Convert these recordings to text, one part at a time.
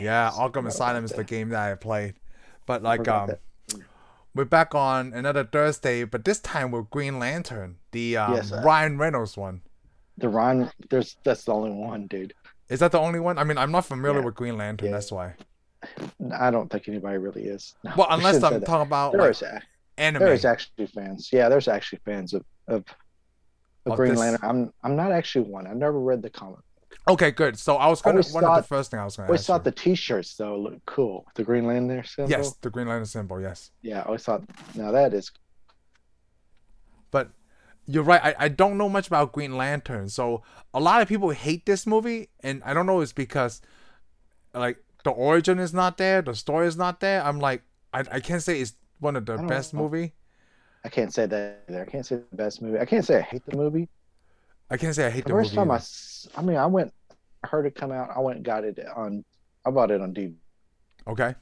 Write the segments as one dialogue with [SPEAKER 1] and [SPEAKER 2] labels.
[SPEAKER 1] Yeah, Arkham Asylum is the game that I played. But like
[SPEAKER 2] forgot
[SPEAKER 1] um
[SPEAKER 2] that.
[SPEAKER 1] we're back on another Thursday, but this time with Green Lantern, the um,
[SPEAKER 2] Yes, I-
[SPEAKER 1] Ryan Reynolds one.
[SPEAKER 2] The Ron, there's that's the only one, dude.
[SPEAKER 1] Is that the only one? I mean, I'm not familiar
[SPEAKER 2] Yeah.
[SPEAKER 1] with Green Lantern,
[SPEAKER 2] Yeah.
[SPEAKER 1] that's why.
[SPEAKER 2] I don't think anybody really is. No,
[SPEAKER 1] Well,
[SPEAKER 2] I
[SPEAKER 1] unless
[SPEAKER 2] shouldn't say
[SPEAKER 1] I'm
[SPEAKER 2] that.
[SPEAKER 1] talking about
[SPEAKER 2] there
[SPEAKER 1] Oh, like,
[SPEAKER 2] is a-
[SPEAKER 1] anime.
[SPEAKER 2] there is actually fans. Yeah, there's actually fans of of, of
[SPEAKER 1] Of
[SPEAKER 2] Green
[SPEAKER 1] this-
[SPEAKER 2] Lantern. I'm I'm not actually one. I've never read the comic.
[SPEAKER 1] Okay, good. So I was gonna
[SPEAKER 2] Always
[SPEAKER 1] one of the
[SPEAKER 2] thought-
[SPEAKER 1] first thing I was gonna
[SPEAKER 2] always
[SPEAKER 1] ask
[SPEAKER 2] thought
[SPEAKER 1] you.
[SPEAKER 2] the T-shirts though look cool. The Green Lantern symbol.
[SPEAKER 1] Yes, the Green Lantern symbol, yes.
[SPEAKER 2] Yeah, I always thought. Now that is
[SPEAKER 1] But you're right, I, I don't know much about Green Lantern, so a lot of people hate this movie and I don't know it's because like the origin is not there, the story is not there. I'm like I, I can't say it's one of the
[SPEAKER 2] don't
[SPEAKER 1] best
[SPEAKER 2] know.
[SPEAKER 1] movie.
[SPEAKER 2] I can't say that either. I can't say the best movie. I can't say I hate the movie.
[SPEAKER 1] I can't say I hate
[SPEAKER 2] The
[SPEAKER 1] the,
[SPEAKER 2] first
[SPEAKER 1] movie.
[SPEAKER 2] time I,
[SPEAKER 1] either.
[SPEAKER 2] s- I mean, I went, I heard it come out. I went and got it on. I bought it on DVD.
[SPEAKER 1] Okay.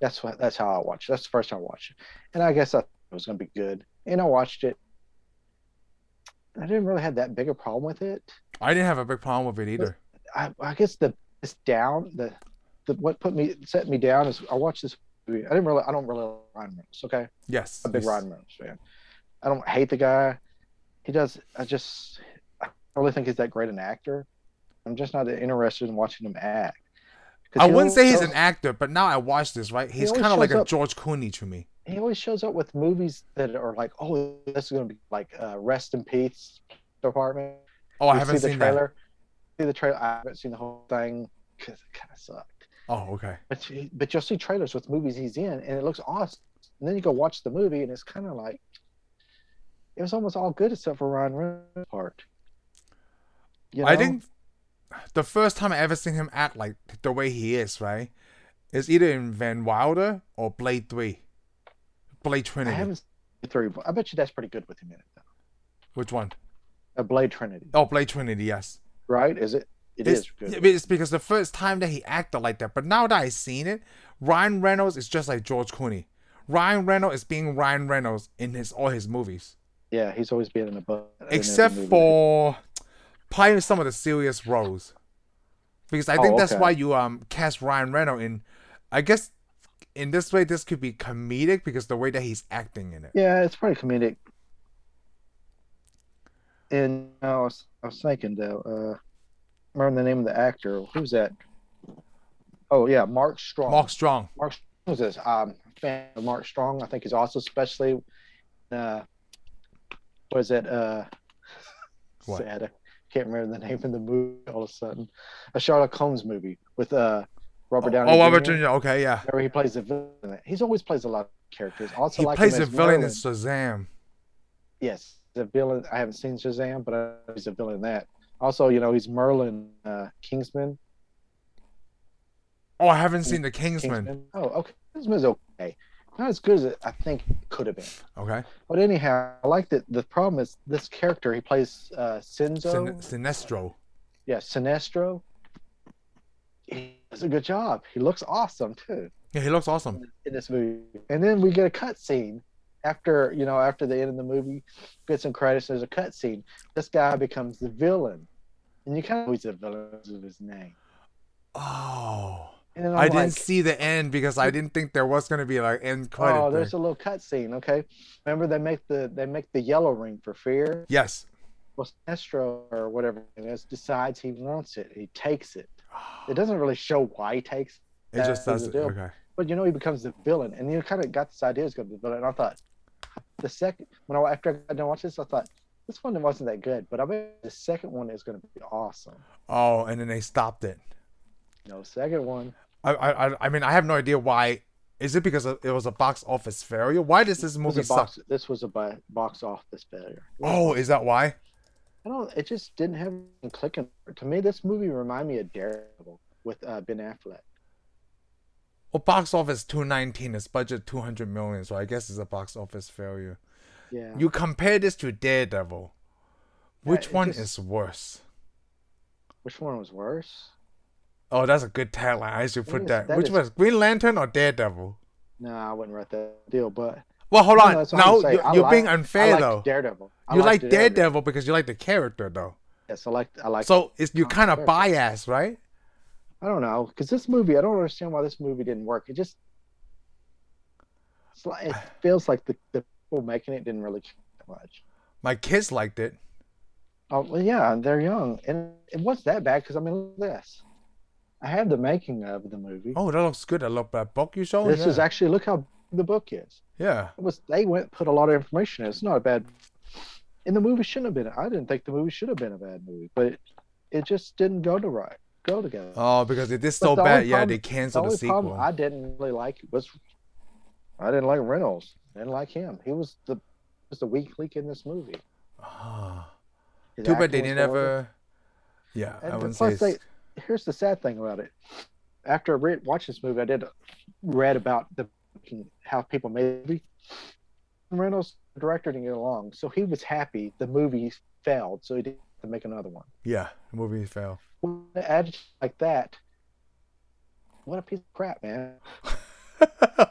[SPEAKER 2] That's what. That's how I watched. it. That's the first time I watched it, and I guess I thought it was gonna be good. And I watched it. I didn't really have that big a problem with it.
[SPEAKER 1] I didn't have a big problem with it either.
[SPEAKER 2] I, I guess the it's down the, the what put me set me down is I watched this movie. I didn't really. I don't really like Ryan Reynolds. Okay,
[SPEAKER 1] Yes.
[SPEAKER 2] a big
[SPEAKER 1] yes.
[SPEAKER 2] Ryan Reynolds fan. I don't hate the guy. He does. I just I don't really think he's that great an actor. I'm just not interested in watching him act. 'Cause
[SPEAKER 1] I
[SPEAKER 2] he
[SPEAKER 1] wouldn't
[SPEAKER 2] always
[SPEAKER 1] say he's
[SPEAKER 2] shows-
[SPEAKER 1] an actor, but now I watch this, right? He's
[SPEAKER 2] always
[SPEAKER 1] kind of like
[SPEAKER 2] shows
[SPEAKER 1] a
[SPEAKER 2] up-
[SPEAKER 1] George Clooney to me.
[SPEAKER 2] He always shows up with movies that are like, oh, this is gonna be like uh, Rest in Peace Department.
[SPEAKER 1] Oh, I
[SPEAKER 2] You
[SPEAKER 1] haven't
[SPEAKER 2] see the
[SPEAKER 1] seen that.
[SPEAKER 2] trailer. See the trailer. I haven't seen the whole thing because it kind of sucked.
[SPEAKER 1] Oh, okay.
[SPEAKER 2] But you- but you'll see trailers with movies he's in, and it looks awesome. And then you go watch the movie, and it's kind of like it was almost all good except for Ryan Reynolds' part. You
[SPEAKER 1] I
[SPEAKER 2] know?
[SPEAKER 1] think the first time I ever seen him act like the way he is, right, is either in Van Wilder or Blade Three, Blade
[SPEAKER 2] I
[SPEAKER 1] Trinity.
[SPEAKER 2] haven't seen three. but I bet you that's pretty good with him in it. Though.
[SPEAKER 1] Which one?
[SPEAKER 2] A Blade Trinity,
[SPEAKER 1] Oh, Blade Trinity. Yes,
[SPEAKER 2] right? Is it? It
[SPEAKER 1] it's,
[SPEAKER 2] is good.
[SPEAKER 1] yeah, but It's because the first time that he acted like that. But now that I've seen it, Ryan Reynolds is just like George Clooney. Ryan Reynolds is being Ryan Reynolds in his all his movies,
[SPEAKER 2] yeah, he's always been in the book. in every
[SPEAKER 1] except
[SPEAKER 2] movie.
[SPEAKER 1] for playing some of the serious roles. Because I
[SPEAKER 2] Oh,
[SPEAKER 1] think that's
[SPEAKER 2] okay.
[SPEAKER 1] why you um cast Ryan Reynolds in. I guess in this way, this could be comedic because the way that he's acting in it.
[SPEAKER 2] Yeah, it's probably comedic. And I was, I was thinking though, uh, remember the name of the actor? Who's that? Oh yeah, Mark Strong.
[SPEAKER 1] Mark Strong.
[SPEAKER 2] Mark Strong's this. Um, fan of Mark Strong. I think he's also especially, uh, was it uh,
[SPEAKER 1] What?
[SPEAKER 2] sad. I can't remember the name of the movie all of a sudden. A Sherlock Holmes movie with uh, Robert Downey.
[SPEAKER 1] oh,
[SPEAKER 2] Jr.
[SPEAKER 1] Robert Jr. Okay, yeah.
[SPEAKER 2] Where he plays the villain. He's always plays a lot of characters. I Also,
[SPEAKER 1] He
[SPEAKER 2] like him
[SPEAKER 1] plays the
[SPEAKER 2] as
[SPEAKER 1] villain in
[SPEAKER 2] Merlin.
[SPEAKER 1] Shazam.
[SPEAKER 2] Yes, the villain. I haven't seen Shazam, but I know he's a villain in that. Also, you know, he's Merlin uh, Kingsman.
[SPEAKER 1] Oh, I haven't seen the Kingsman.
[SPEAKER 2] Kingsman. Oh, okay. Kingsman's okay. Not as good as I think it could have been.
[SPEAKER 1] Okay.
[SPEAKER 2] But anyhow, I like that. The problem is this character he plays uh, Sinzo.
[SPEAKER 1] Sin- Sinestro.
[SPEAKER 2] yeah, Sinestro. He does a good job. He looks awesome too
[SPEAKER 1] Yeah, he looks awesome.
[SPEAKER 2] in this movie. And then we get a cut scene after you know after the end of the movie, get some credits. There's a cut scene. This guy becomes the villain, and you kind of always the villain because of his name.
[SPEAKER 1] Oh.
[SPEAKER 2] And then I'm
[SPEAKER 1] I didn't
[SPEAKER 2] like,
[SPEAKER 1] see the end because I didn't think there was gonna be like end credit.
[SPEAKER 2] Oh,
[SPEAKER 1] there.
[SPEAKER 2] there's a little cut scene. Okay, remember they make the they make the yellow ring for fear.
[SPEAKER 1] Yes.
[SPEAKER 2] Well, Sinestro or whatever it is decides he wants it. He takes it. It doesn't really show why he takes it,
[SPEAKER 1] It just
[SPEAKER 2] That is
[SPEAKER 1] does
[SPEAKER 2] a
[SPEAKER 1] it.
[SPEAKER 2] deal.
[SPEAKER 1] Okay.
[SPEAKER 2] but you know he becomes the villain, and you kind of got this idea he's going to be the villain. And I thought the second when I after I got done watching this, I thought this one wasn't that good, but I bet the second one is going to be awesome.
[SPEAKER 1] Oh, and then they stopped it.
[SPEAKER 2] You know, second one.
[SPEAKER 1] I, I, I- I mean, I have no idea why. Is it because it was a box office failure? Why does this
[SPEAKER 2] Was
[SPEAKER 1] movie
[SPEAKER 2] a
[SPEAKER 1] suck?
[SPEAKER 2] box, this was a bo- box office failure.
[SPEAKER 1] Oh, is that why?
[SPEAKER 2] I don't. It just didn't have anything clicking. To me, this movie reminded me of Daredevil with uh, Ben Affleck.
[SPEAKER 1] Well, box office 219, its budget 200 million, so I guess it's a box office failure.
[SPEAKER 2] Yeah.
[SPEAKER 1] You compare this to Daredevil. Which
[SPEAKER 2] it
[SPEAKER 1] one
[SPEAKER 2] just-
[SPEAKER 1] is worse?
[SPEAKER 2] Which one was worse?
[SPEAKER 1] Oh, that's a good tagline. I should put
[SPEAKER 2] is-
[SPEAKER 1] that.
[SPEAKER 2] that
[SPEAKER 1] Which
[SPEAKER 2] is-
[SPEAKER 1] was Green Lantern or Daredevil?
[SPEAKER 2] No, I wouldn't write that deal. But
[SPEAKER 1] Well, hold
[SPEAKER 2] No,
[SPEAKER 1] on.
[SPEAKER 2] that's what I'm
[SPEAKER 1] now
[SPEAKER 2] saying.
[SPEAKER 1] you're,
[SPEAKER 2] I
[SPEAKER 1] you're
[SPEAKER 2] like-
[SPEAKER 1] being
[SPEAKER 2] I
[SPEAKER 1] unfair,
[SPEAKER 2] liked
[SPEAKER 1] though.
[SPEAKER 2] Daredevil. I
[SPEAKER 1] You like
[SPEAKER 2] liked
[SPEAKER 1] Daredevil. because you like the character, though.
[SPEAKER 2] Yes, I like. I like.
[SPEAKER 1] So it's, you're
[SPEAKER 2] I'm
[SPEAKER 1] kind of
[SPEAKER 2] fair.
[SPEAKER 1] biased, right?
[SPEAKER 2] I don't know because this movie, I don't understand why this movie didn't work. It just it's like, it feels like the, the people making it didn't really care that much.
[SPEAKER 1] My kids liked it.
[SPEAKER 2] Oh well, yeah, they're young, and it wasn't that bad because I mean, look at this. I have the making of the movie.
[SPEAKER 1] Oh, that looks good. I love that book you showed.
[SPEAKER 2] this
[SPEAKER 1] yeah.
[SPEAKER 2] is actually look how big the book is.
[SPEAKER 1] yeah.
[SPEAKER 2] It was they went and put a lot of information. in it. It's not a bad, and the movie shouldn't have been. I didn't think the movie should have been a bad movie, but it, it just didn't go to right go together.
[SPEAKER 1] Oh, because it did
[SPEAKER 2] But
[SPEAKER 1] so
[SPEAKER 2] the
[SPEAKER 1] bad.
[SPEAKER 2] only
[SPEAKER 1] yeah,
[SPEAKER 2] problem-
[SPEAKER 1] they
[SPEAKER 2] the
[SPEAKER 1] canceled the,
[SPEAKER 2] only
[SPEAKER 1] sequel.
[SPEAKER 2] problem I didn't really like was I didn't like Reynolds. I didn't like him. He was the was the weak link in this movie.
[SPEAKER 1] Ah.
[SPEAKER 2] His
[SPEAKER 1] Too bad
[SPEAKER 2] acting
[SPEAKER 1] they
[SPEAKER 2] was
[SPEAKER 1] didn't
[SPEAKER 2] horrible.
[SPEAKER 1] ever. Yeah, I
[SPEAKER 2] And
[SPEAKER 1] wouldn't say.
[SPEAKER 2] plus,
[SPEAKER 1] It's...
[SPEAKER 2] they, here's the sad thing about it. After I read, watched this movie, I did read about the how people made the movie. Reynolds, the director, didn't get along, so he was happy the movie failed, so he didn't have to make another one.
[SPEAKER 1] Yeah, the movie failed.
[SPEAKER 2] With an attitude like that, what a piece of crap, man!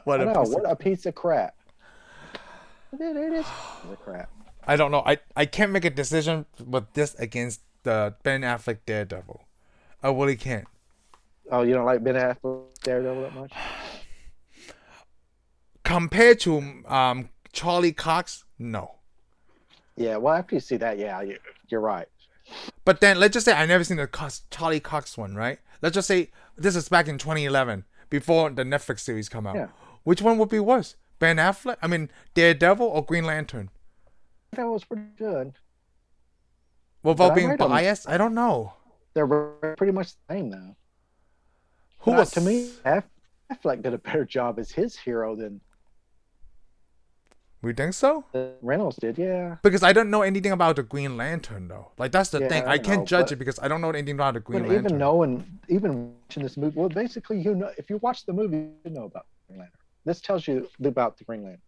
[SPEAKER 1] what
[SPEAKER 2] I
[SPEAKER 1] a
[SPEAKER 2] know,
[SPEAKER 1] piece of-
[SPEAKER 2] what a piece of crap. It it is a piece of crap.
[SPEAKER 1] I don't know. I, I can't make a decision with this against the Ben Affleck Daredevil. I really can't.
[SPEAKER 2] Oh, you don't like Ben Affleck Daredevil that much?
[SPEAKER 1] Compared to um Charlie Cox, no.
[SPEAKER 2] Yeah. Well, after you see that, yeah, you, you're right.
[SPEAKER 1] But then let's just say I never seen the Cox, Charlie Cox one, right? Let's just say this is back in 2011 before the Netflix series come out.
[SPEAKER 2] Yeah.
[SPEAKER 1] Which one would be worse, Ben Affleck? I mean Daredevil or Green Lantern?
[SPEAKER 2] That was pretty good. But
[SPEAKER 1] Without
[SPEAKER 2] I
[SPEAKER 1] being
[SPEAKER 2] might have-
[SPEAKER 1] biased, I don't know.
[SPEAKER 2] They're re- pretty much the same though.
[SPEAKER 1] Who
[SPEAKER 2] But
[SPEAKER 1] was
[SPEAKER 2] to me? Aff- Affleck did a better job as his hero than
[SPEAKER 1] We think so?
[SPEAKER 2] than Reynolds did. Yeah.
[SPEAKER 1] Because I don't know anything about the Green Lantern though. Like that's the
[SPEAKER 2] Yeah,
[SPEAKER 1] thing.
[SPEAKER 2] I
[SPEAKER 1] I, can't
[SPEAKER 2] know,
[SPEAKER 1] judge
[SPEAKER 2] but-
[SPEAKER 1] it because I don't know anything about the Green
[SPEAKER 2] but
[SPEAKER 1] Lantern.
[SPEAKER 2] even knowing, even watching this movie, well, basically, you know, if you watch the movie, you know about Green Lantern. This tells you about the Green Lantern.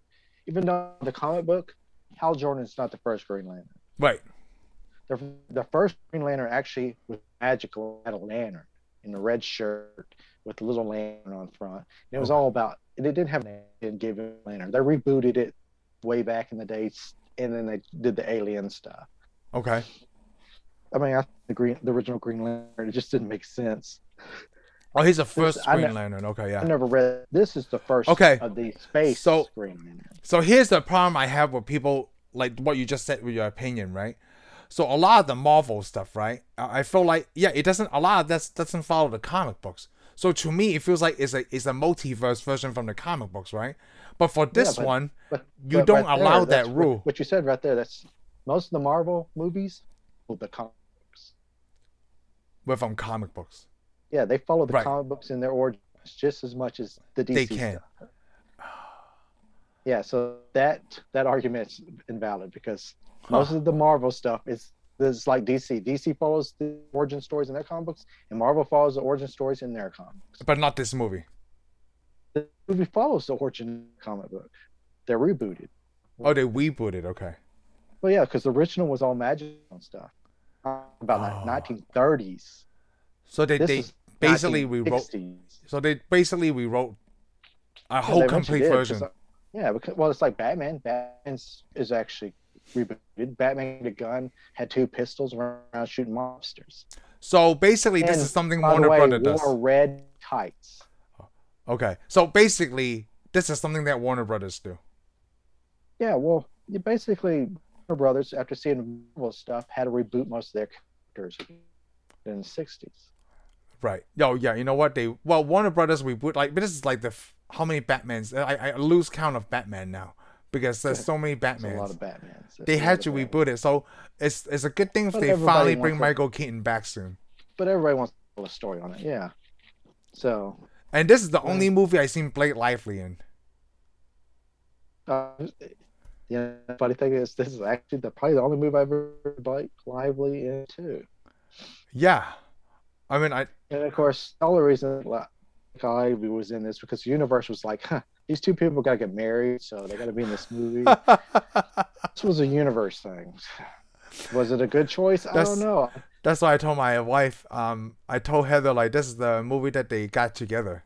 [SPEAKER 2] Even though the comic book, Hal Jordan's not the first Green Lantern.
[SPEAKER 1] Right.
[SPEAKER 2] the, the first Green Lantern actually was magical had a lantern in the red shirt with the little lantern on front. And it was
[SPEAKER 1] Okay.
[SPEAKER 2] all about and it didn't have an didn't give it a lantern. They rebooted it way back in the days and then they did the alien stuff.
[SPEAKER 1] Okay.
[SPEAKER 2] I mean I the green the original Green Lantern it just didn't make sense.
[SPEAKER 1] Oh, he's the first
[SPEAKER 2] I
[SPEAKER 1] Green
[SPEAKER 2] ne-
[SPEAKER 1] Lantern. Okay,
[SPEAKER 2] I
[SPEAKER 1] yeah.
[SPEAKER 2] never read this is the first
[SPEAKER 1] Okay.
[SPEAKER 2] of the space
[SPEAKER 1] So-
[SPEAKER 2] Green Lantern.
[SPEAKER 1] So here's the problem I have with people like what you just said with your opinion, right? So a lot of the Marvel stuff, right? I I feel like yeah, it doesn't a lot of that doesn't follow the comic books. So to me, it feels like it's a it's a multiverse version from the comic books, right? But for this
[SPEAKER 2] but-
[SPEAKER 1] one,
[SPEAKER 2] But
[SPEAKER 1] you
[SPEAKER 2] but
[SPEAKER 1] don't
[SPEAKER 2] right there,
[SPEAKER 1] allow
[SPEAKER 2] that's
[SPEAKER 1] that
[SPEAKER 2] what-
[SPEAKER 1] rule.
[SPEAKER 2] What, you said right there, that's most of the Marvel movies well, the comic books.
[SPEAKER 1] we're from comic books.
[SPEAKER 2] Yeah, they follow the
[SPEAKER 1] Right.
[SPEAKER 2] comic books in their origins just as much as the DC.
[SPEAKER 1] They can.
[SPEAKER 2] Stuff. Yeah, so that that argument's invalid because most of the Marvel stuff is is like DC. DC follows the origin stories in their comic books, and Marvel follows the origin stories in their comic books.
[SPEAKER 1] But not this movie.
[SPEAKER 2] The movie follows the origin comic book. They're rebooted.
[SPEAKER 1] Oh, they rebooted. Okay.
[SPEAKER 2] Well, yeah, because the original was all magic and stuff about
[SPEAKER 1] Oh.
[SPEAKER 2] like 1930s.
[SPEAKER 1] So they
[SPEAKER 2] This
[SPEAKER 1] they
[SPEAKER 2] is
[SPEAKER 1] basically rewrote.
[SPEAKER 2] 1960s.
[SPEAKER 1] So they basically rewrote a
[SPEAKER 2] Yeah,
[SPEAKER 1] whole
[SPEAKER 2] they eventually
[SPEAKER 1] complete
[SPEAKER 2] did,
[SPEAKER 1] version.
[SPEAKER 2] 'cause, uh, yeah, because well, it's like Batman. Batman is actually rebooted. Batman had a gun, had two pistols, ran around shooting mobsters.
[SPEAKER 1] So basically, this
[SPEAKER 2] And,
[SPEAKER 1] is something
[SPEAKER 2] By
[SPEAKER 1] Warner
[SPEAKER 2] the way,
[SPEAKER 1] Brother
[SPEAKER 2] wore
[SPEAKER 1] does.
[SPEAKER 2] red tights.
[SPEAKER 1] Okay. So basically, this is something that Warner Brothers do.
[SPEAKER 2] Yeah, well, you basically, Warner Brothers, after seeing Marvel stuff, had to reboot most of their characters in the '60s.
[SPEAKER 1] Right. Yo, yeah. You know what? They well, Warner Brothers reboot like, but this is like the f- how many Batmans? I I lose count of Batman now because there's so many
[SPEAKER 2] There's a lot
[SPEAKER 1] Batmans.
[SPEAKER 2] of Batmans. There's
[SPEAKER 1] They
[SPEAKER 2] a lot
[SPEAKER 1] had
[SPEAKER 2] of
[SPEAKER 1] to
[SPEAKER 2] Batmans.
[SPEAKER 1] reboot it, so it's it's a good thing if
[SPEAKER 2] But
[SPEAKER 1] they
[SPEAKER 2] everybody
[SPEAKER 1] finally
[SPEAKER 2] wants
[SPEAKER 1] bring
[SPEAKER 2] it.
[SPEAKER 1] Michael Keaton back soon.
[SPEAKER 2] but everybody wants to tell a story on it. Yeah, so
[SPEAKER 1] And this is the
[SPEAKER 2] Mm.
[SPEAKER 1] only movie I seen Blake Lively in.
[SPEAKER 2] Uh, yeah, the funny thing is, this is actually the probably the only move I've ever biked lively in too.
[SPEAKER 1] Yeah. I mean, I
[SPEAKER 2] And of course, the only reason like Lively was in this because the universe was like, huh, these two people gotta get married, so they gotta be in this movie. this was a universe thing. Was it a good choice? I
[SPEAKER 1] That's-
[SPEAKER 2] don't know.
[SPEAKER 1] that's why I told my wife. Um, I told Heather like this is the movie that they got together,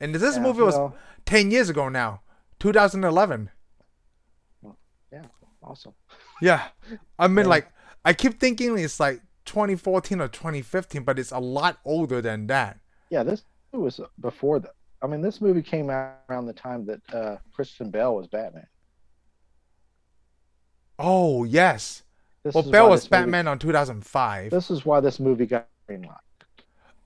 [SPEAKER 1] and this
[SPEAKER 2] Yeah,
[SPEAKER 1] movie was
[SPEAKER 2] well,
[SPEAKER 1] ten years ago now, 2011.
[SPEAKER 2] awesome.
[SPEAKER 1] Yeah. I mean,
[SPEAKER 2] Yeah.
[SPEAKER 1] like, I keep thinking it's like 2014 or 2015, but it's a lot older than that.
[SPEAKER 2] yeah, this was before the. I mean, this movie came out around the time that uh, Kristen Bell was Batman.
[SPEAKER 1] Oh yes.
[SPEAKER 2] This
[SPEAKER 1] well,
[SPEAKER 2] is
[SPEAKER 1] Bell
[SPEAKER 2] why
[SPEAKER 1] was
[SPEAKER 2] this movie-
[SPEAKER 1] Batman on 2005.
[SPEAKER 2] this is why this movie got greenlight.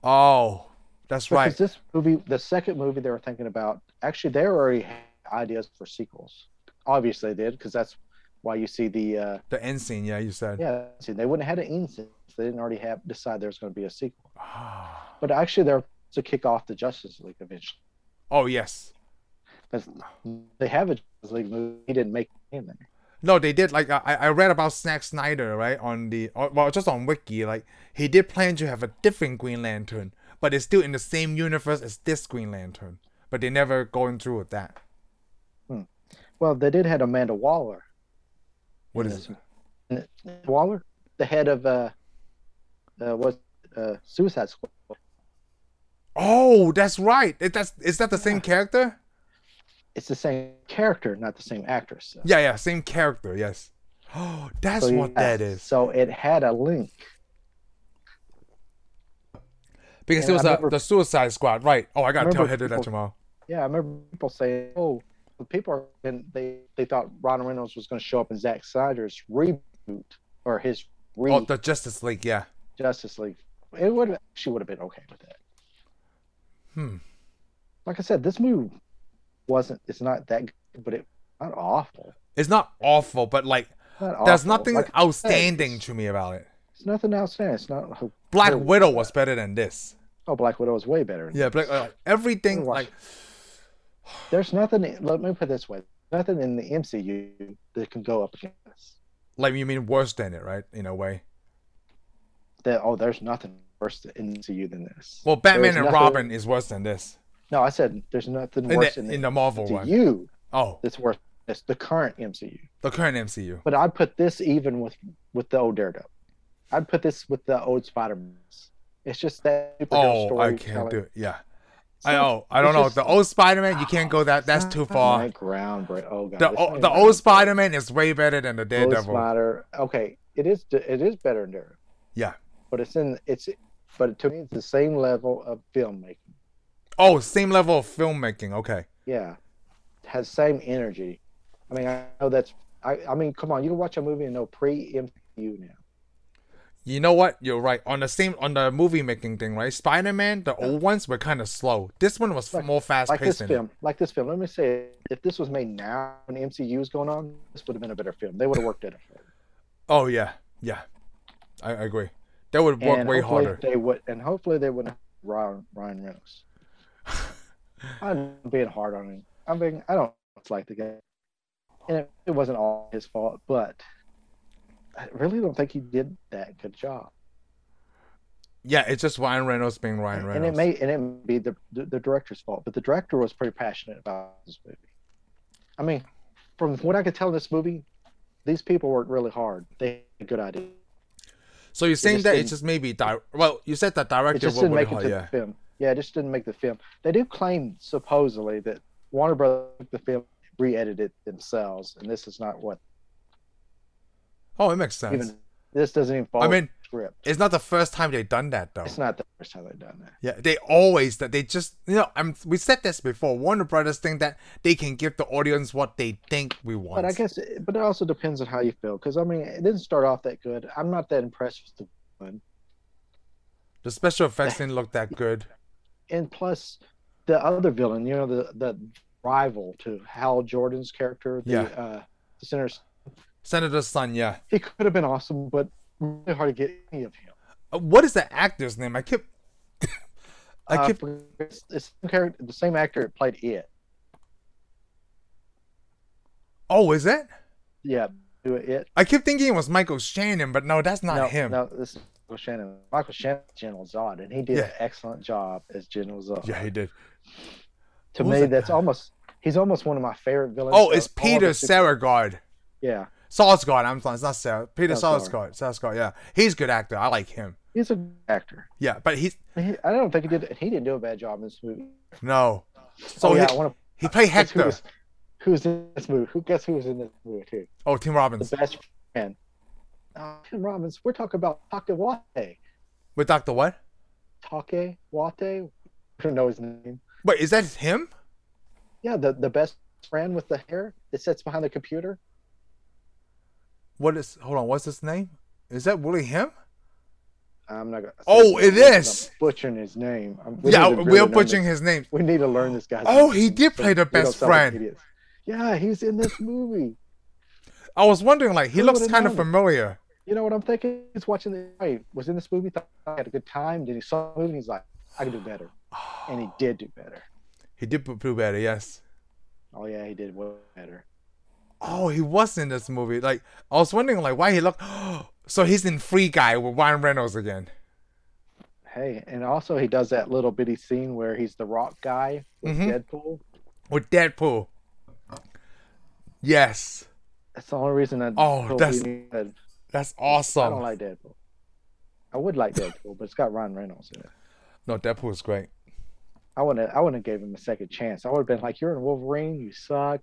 [SPEAKER 1] Oh, that's
[SPEAKER 2] Because
[SPEAKER 1] right.
[SPEAKER 2] this movie, the second movie they were thinking about, actually, they already had ideas for sequels. Obviously, they did, because that's why you see the, uh,
[SPEAKER 1] The end scene. Yeah, you said.
[SPEAKER 2] yeah, see, they wouldn't have had an end since they didn't already have decide there's going to be a sequel.
[SPEAKER 1] Ah.
[SPEAKER 2] But actually, they're supposed to kick off the Justice League eventually.
[SPEAKER 1] Oh yes.
[SPEAKER 2] Because they have a Justice League movie, he didn't make it in there.
[SPEAKER 1] No, they did. Like I, I read about Snack Snyder, right? On the or, well, just on Wiki, like he did plan to have a different Green Lantern, but it's still in the same universe as this Green Lantern. But they never going through with that.
[SPEAKER 2] Well, they did have Amanda Waller.
[SPEAKER 1] What
[SPEAKER 2] in
[SPEAKER 1] is it?
[SPEAKER 2] this- in- Waller, the head of uh, uh, what uh, Suicide Squad.
[SPEAKER 1] Oh, that's right. It, that's is that the same character?
[SPEAKER 2] It's the same character, not the same actress.
[SPEAKER 1] Yeah, yeah, same character. Yes. Oh, that's
[SPEAKER 2] So,
[SPEAKER 1] what
[SPEAKER 2] yeah,
[SPEAKER 1] that is.
[SPEAKER 2] So it had a link.
[SPEAKER 1] Because
[SPEAKER 2] and
[SPEAKER 1] it was
[SPEAKER 2] I
[SPEAKER 1] a,
[SPEAKER 2] remember-
[SPEAKER 1] the Suicide Squad, right? Oh, I gotta tell
[SPEAKER 2] remember
[SPEAKER 1] Heather that
[SPEAKER 2] people-
[SPEAKER 1] tomorrow.
[SPEAKER 2] Yeah, I remember people saying, "Oh, the people are," and they they thought Ron Reynolds was going to show up in Zack Snyder's reboot or his re
[SPEAKER 1] Oh, the Justice League. Yeah.
[SPEAKER 2] Justice League. It would she would have been okay with that.
[SPEAKER 1] Hmm.
[SPEAKER 2] Like I said, this movie wasn't. It's not that good, but it not awful.
[SPEAKER 1] It's not awful, but like
[SPEAKER 2] Not
[SPEAKER 1] there's
[SPEAKER 2] awful.
[SPEAKER 1] nothing
[SPEAKER 2] Like I said,
[SPEAKER 1] outstanding
[SPEAKER 2] it's-
[SPEAKER 1] to me about it.
[SPEAKER 2] It's nothing outstanding. It's not.
[SPEAKER 1] Black
[SPEAKER 2] Oh.
[SPEAKER 1] Widow was better than this.
[SPEAKER 2] Oh, Black Widow is way better. than
[SPEAKER 1] Yeah, Black uh, everything
[SPEAKER 2] Watch
[SPEAKER 1] like
[SPEAKER 2] There's nothing. Let me put it this way: nothing in the MCU that can go up against this.
[SPEAKER 1] like you mean worse than it, right? In a way.
[SPEAKER 2] That oh, there's nothing worse in the MCU than this.
[SPEAKER 1] Well, Batman
[SPEAKER 2] is
[SPEAKER 1] and
[SPEAKER 2] nothing-
[SPEAKER 1] Robin is worse than this
[SPEAKER 2] no, I said there's nothing
[SPEAKER 1] in
[SPEAKER 2] worse
[SPEAKER 1] the, in
[SPEAKER 2] in
[SPEAKER 1] the
[SPEAKER 2] the
[SPEAKER 1] Marvel one.
[SPEAKER 2] MCU
[SPEAKER 1] Oh,
[SPEAKER 2] that's worse. than this, the current MCU.
[SPEAKER 1] the current MCU.
[SPEAKER 2] But I'd put this even with with the old Daredevil. I'd put this with the old Spider Man. It's just that superhero
[SPEAKER 1] Oh,
[SPEAKER 2] story.
[SPEAKER 1] I can't do it. Yeah.
[SPEAKER 2] It's
[SPEAKER 1] I
[SPEAKER 2] not-
[SPEAKER 1] oh, I
[SPEAKER 2] it's
[SPEAKER 1] don't know.
[SPEAKER 2] just-
[SPEAKER 1] the old Spider-Man, you can't go that.
[SPEAKER 2] it's
[SPEAKER 1] That's
[SPEAKER 2] not
[SPEAKER 1] too far.
[SPEAKER 2] Like groundbreak. Oh god.
[SPEAKER 1] the
[SPEAKER 2] Oh it's
[SPEAKER 1] o-
[SPEAKER 2] not
[SPEAKER 1] the
[SPEAKER 2] even
[SPEAKER 1] old
[SPEAKER 2] groundbreaking.
[SPEAKER 1] Spider-Man is way better than the
[SPEAKER 2] Old
[SPEAKER 1] Daredevil.
[SPEAKER 2] Spider. Okay, it is. It is better than Daredevil.
[SPEAKER 1] Yeah.
[SPEAKER 2] but it's in it's but to me it's the same level of filmmaking
[SPEAKER 1] Oh, same level of filmmaking. Okay.
[SPEAKER 2] yeah It has same energy i mean i know that's i i mean come on you can watch a movie and know pre-mcu now
[SPEAKER 1] You know what? You're right. On the same on the movie making thing, right? Spider-Man, the old ones were kind of slow. This one was
[SPEAKER 2] Like-
[SPEAKER 1] more fast
[SPEAKER 2] like this
[SPEAKER 1] paced.
[SPEAKER 2] film like this film let me say it, if this was made now when mcu was going on this would have been a better film they would have worked at it
[SPEAKER 1] Oh yeah, yeah. I, I agree. That would work
[SPEAKER 2] and
[SPEAKER 1] way
[SPEAKER 2] hopefully
[SPEAKER 1] harder.
[SPEAKER 2] they would and hopefully they wouldn't have ryan, ryan reynolds i'm being hard on him i'm being i don't like the guy and it, it wasn't all his fault but i really don't think he did that good job
[SPEAKER 1] Yeah, it's just Ryan Reynolds being Ryan
[SPEAKER 2] And-
[SPEAKER 1] Reynolds.
[SPEAKER 2] and it may and it may be the, the the director's fault but the director was pretty passionate about this movie i mean from what i could tell in this movie these people worked really hard they had a good idea
[SPEAKER 1] so you're saying
[SPEAKER 2] just
[SPEAKER 1] that
[SPEAKER 2] didn't-
[SPEAKER 1] it's just maybe di- well, you said that
[SPEAKER 2] it
[SPEAKER 1] director
[SPEAKER 2] just
[SPEAKER 1] worked
[SPEAKER 2] didn't
[SPEAKER 1] really hard.
[SPEAKER 2] make it to
[SPEAKER 1] Yeah.
[SPEAKER 2] the film. Yeah, it just didn't make the film. They do claim supposedly that Warner Brothers took the film, re-edited it themselves, and this is not what
[SPEAKER 1] Oh, it makes sense.
[SPEAKER 2] even this doesn't even follow
[SPEAKER 1] I mean,
[SPEAKER 2] the script.
[SPEAKER 1] it's not the first time they've done that though.
[SPEAKER 2] It's not the first time they've done that.
[SPEAKER 1] Yeah, they always that they just you know I'm we said this before. Warner Brothers think that they can give the audience what they think we want.
[SPEAKER 2] But I guess, it, but it also depends on how you feel. Because I mean, it didn't start off that good. I'm not that impressed with the one,
[SPEAKER 1] the special effects didn't look that good.
[SPEAKER 2] and plus the other villain, you know, the the rival to Hal Jordan's character, the
[SPEAKER 1] Yeah.
[SPEAKER 2] uh, the senator.
[SPEAKER 1] Senator Sun, yeah.
[SPEAKER 2] He could have been awesome, but really hard to get any of him.
[SPEAKER 1] Uh, What is the actor's name? I keep I
[SPEAKER 2] Uh,
[SPEAKER 1] keep
[SPEAKER 2] it's, it's the, same character, the same actor that played it.
[SPEAKER 1] Oh, is it?
[SPEAKER 2] Yeah, do it.
[SPEAKER 1] I keep thinking it was Michael Shannon, but no, that's not
[SPEAKER 2] no,
[SPEAKER 1] him.
[SPEAKER 2] No, this is Michael Shannon. Michael Shannon, is General Zod, and he did an
[SPEAKER 1] Yeah.
[SPEAKER 2] excellent job as General Zod.
[SPEAKER 1] Yeah, he did.
[SPEAKER 2] to
[SPEAKER 1] who's
[SPEAKER 2] me,
[SPEAKER 1] that
[SPEAKER 2] that's
[SPEAKER 1] guy?
[SPEAKER 2] almost he's almost one of my favorite villains.
[SPEAKER 1] Oh, it's
[SPEAKER 2] of all the
[SPEAKER 1] Peter
[SPEAKER 2] super-
[SPEAKER 1] Sarsgaard.
[SPEAKER 2] Yeah,
[SPEAKER 1] Sarsgaard, I'm sorry, it's not Sarah. Peter Sarsgaard.
[SPEAKER 2] Sarsgaard.
[SPEAKER 1] Sarsgaard, yeah. He's a good actor. I like him.
[SPEAKER 2] he's a good actor.
[SPEAKER 1] Yeah, but he's
[SPEAKER 2] He, I don't think he did. He didn't do a bad job in this movie.
[SPEAKER 1] no. So
[SPEAKER 2] oh, yeah, I
[SPEAKER 1] he,
[SPEAKER 2] want to.
[SPEAKER 1] he played
[SPEAKER 2] Who
[SPEAKER 1] Hector.
[SPEAKER 2] was, who's in this movie? Who guess who was in this movie too?
[SPEAKER 1] Oh, Tim
[SPEAKER 2] The
[SPEAKER 1] Robbins
[SPEAKER 2] best friend. Uh, Tim Robbins. We're talking about Take Wate.
[SPEAKER 1] with Doctor What?
[SPEAKER 2] Take Wate. don't know his name.
[SPEAKER 1] Wait, is that him?
[SPEAKER 2] Yeah, the the best friend with the hair that sits behind the computer.
[SPEAKER 1] What is? Hold on. What's his name? Is that really him?
[SPEAKER 2] I'm not gonna. say
[SPEAKER 1] Oh,
[SPEAKER 2] his
[SPEAKER 1] it
[SPEAKER 2] name 'cause
[SPEAKER 1] is!
[SPEAKER 2] I'm butchering his name. I'm,
[SPEAKER 1] yeah,
[SPEAKER 2] need to
[SPEAKER 1] we're
[SPEAKER 2] really learn
[SPEAKER 1] butchering
[SPEAKER 2] this-
[SPEAKER 1] his name.
[SPEAKER 2] We need to learn this guy's.
[SPEAKER 1] Oh,
[SPEAKER 2] name
[SPEAKER 1] he did play the
[SPEAKER 2] so we don't
[SPEAKER 1] best
[SPEAKER 2] sound like
[SPEAKER 1] friend.
[SPEAKER 2] idiots. Yeah, he's in this movie.
[SPEAKER 1] I was wondering, like, he
[SPEAKER 2] Who
[SPEAKER 1] looks
[SPEAKER 2] would've
[SPEAKER 1] kind of
[SPEAKER 2] known it?
[SPEAKER 1] familiar.
[SPEAKER 2] You know what I'm thinking? He's watching the movie. Was in this movie. Thought I had a good time. Then he saw the movie. and He's like, I can do better, and he did do better.
[SPEAKER 1] He did put Blue Better, yes.
[SPEAKER 2] Oh yeah, he did way better.
[SPEAKER 1] Oh, he was in this movie. Like, I was wondering, like, why he looked. so he's in Free Guy with Ryan Reynolds again.
[SPEAKER 2] Hey, and also he does that little bitty scene where he's the rock guy with
[SPEAKER 1] Mhm.
[SPEAKER 2] Deadpool.
[SPEAKER 1] With Deadpool. Yes.
[SPEAKER 2] That's the only reason I.
[SPEAKER 1] Oh,
[SPEAKER 2] told
[SPEAKER 1] that's-
[SPEAKER 2] you that
[SPEAKER 1] That's
[SPEAKER 2] uh, I
[SPEAKER 1] awesome.
[SPEAKER 2] don't like Deadpool. I would like Deadpool, but it's got Ryan Reynolds in it.
[SPEAKER 1] no, Deadpool is great.
[SPEAKER 2] I wouldn't. I wouldn't have gave him a second chance. I would have been like, "You're in Wolverine. You suck.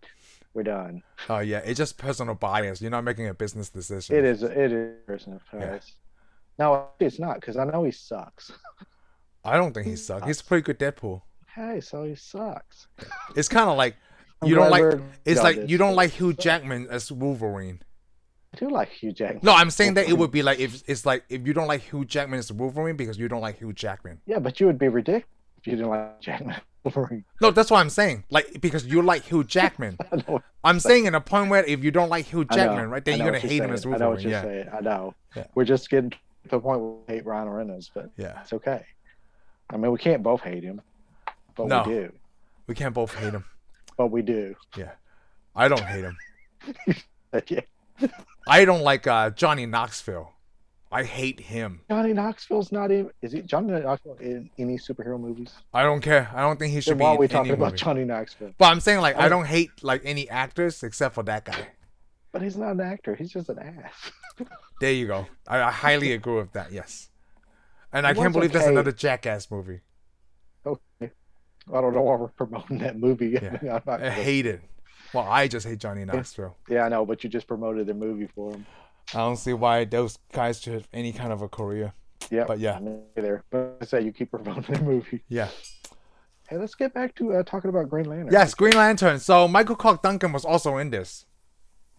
[SPEAKER 2] We're done."
[SPEAKER 1] Oh, yeah. It's just personal bias. You're not making a business decision.
[SPEAKER 2] It is. It is personal bias. No, it's not because I know he sucks.
[SPEAKER 1] I don't think he sucks. He's a pretty good Deadpool.
[SPEAKER 2] Hey, so he sucks.
[SPEAKER 1] It's kind of like.
[SPEAKER 2] I'm
[SPEAKER 1] You don't like-
[SPEAKER 2] glad we're
[SPEAKER 1] It's
[SPEAKER 2] done
[SPEAKER 1] like
[SPEAKER 2] this,
[SPEAKER 1] you don't
[SPEAKER 2] but
[SPEAKER 1] like Hugh
[SPEAKER 2] sucks.
[SPEAKER 1] Jackman as Wolverine.
[SPEAKER 2] I do like Hugh Jackman.
[SPEAKER 1] No, I'm saying that it would be like if it's like if you don't like Hugh Jackman as Wolverine because you don't like Hugh Jackman.
[SPEAKER 2] Yeah, but you would be ridiculous if you didn't like Jackman Wolverine.
[SPEAKER 1] No, that's what I'm saying. Like because you like Hugh Jackman.
[SPEAKER 2] I know
[SPEAKER 1] I'm saying in a point where if you don't like Hugh
[SPEAKER 2] I know.
[SPEAKER 1] Jackman, right,
[SPEAKER 2] I
[SPEAKER 1] then
[SPEAKER 2] know
[SPEAKER 1] you're gonna
[SPEAKER 2] what
[SPEAKER 1] hate
[SPEAKER 2] you're
[SPEAKER 1] him as
[SPEAKER 2] saying. I know
[SPEAKER 1] Wolverine.
[SPEAKER 2] what you're
[SPEAKER 1] Yeah,
[SPEAKER 2] saying. I know.
[SPEAKER 1] Yeah.
[SPEAKER 2] We're just getting to the point where we hate Ryan Reynolds, but
[SPEAKER 1] yeah.
[SPEAKER 2] it's okay. I mean, we can't both hate him, but
[SPEAKER 1] No.
[SPEAKER 2] we do.
[SPEAKER 1] We can't both hate him.
[SPEAKER 2] But we do.
[SPEAKER 1] I don't hate him.
[SPEAKER 2] yeah.
[SPEAKER 1] I don't like uh, Johnny Knoxville. I hate him.
[SPEAKER 2] Johnny Knoxville's not in. Is he Johnny Knoxville in any superhero movies?
[SPEAKER 1] I don't care. I don't think he should
[SPEAKER 2] Then
[SPEAKER 1] be
[SPEAKER 2] why are
[SPEAKER 1] in
[SPEAKER 2] we
[SPEAKER 1] any
[SPEAKER 2] talking about
[SPEAKER 1] movie.
[SPEAKER 2] Johnny Knoxville?
[SPEAKER 1] But I'm saying like I
[SPEAKER 2] I-
[SPEAKER 1] don't hate like any actors except for that guy.
[SPEAKER 2] But he's not an actor. He's just an ass.
[SPEAKER 1] There you go. I, I highly agree with that. Yes. And I
[SPEAKER 2] It
[SPEAKER 1] can't
[SPEAKER 2] was
[SPEAKER 1] believe that's
[SPEAKER 2] okay.
[SPEAKER 1] another Jackass movie.
[SPEAKER 2] Okay. I don't know why we're promoting that movie.
[SPEAKER 1] Yeah.
[SPEAKER 2] I'm not
[SPEAKER 1] I
[SPEAKER 2] gonna-
[SPEAKER 1] hate it. Well, I just hate Johnny Knoxville.
[SPEAKER 2] yeah, I know, but you just promoted the movie for him.
[SPEAKER 1] I don't see why those guys should have any kind of a career.
[SPEAKER 2] Yeah.
[SPEAKER 1] But yeah.
[SPEAKER 2] Me Neither. But I say you keep promoting the movie.
[SPEAKER 1] Yeah.
[SPEAKER 2] Hey, let's get back to uh, talking about Green Lantern.
[SPEAKER 1] Yes, Green Lantern. So Michael Clark Duncan was also in this.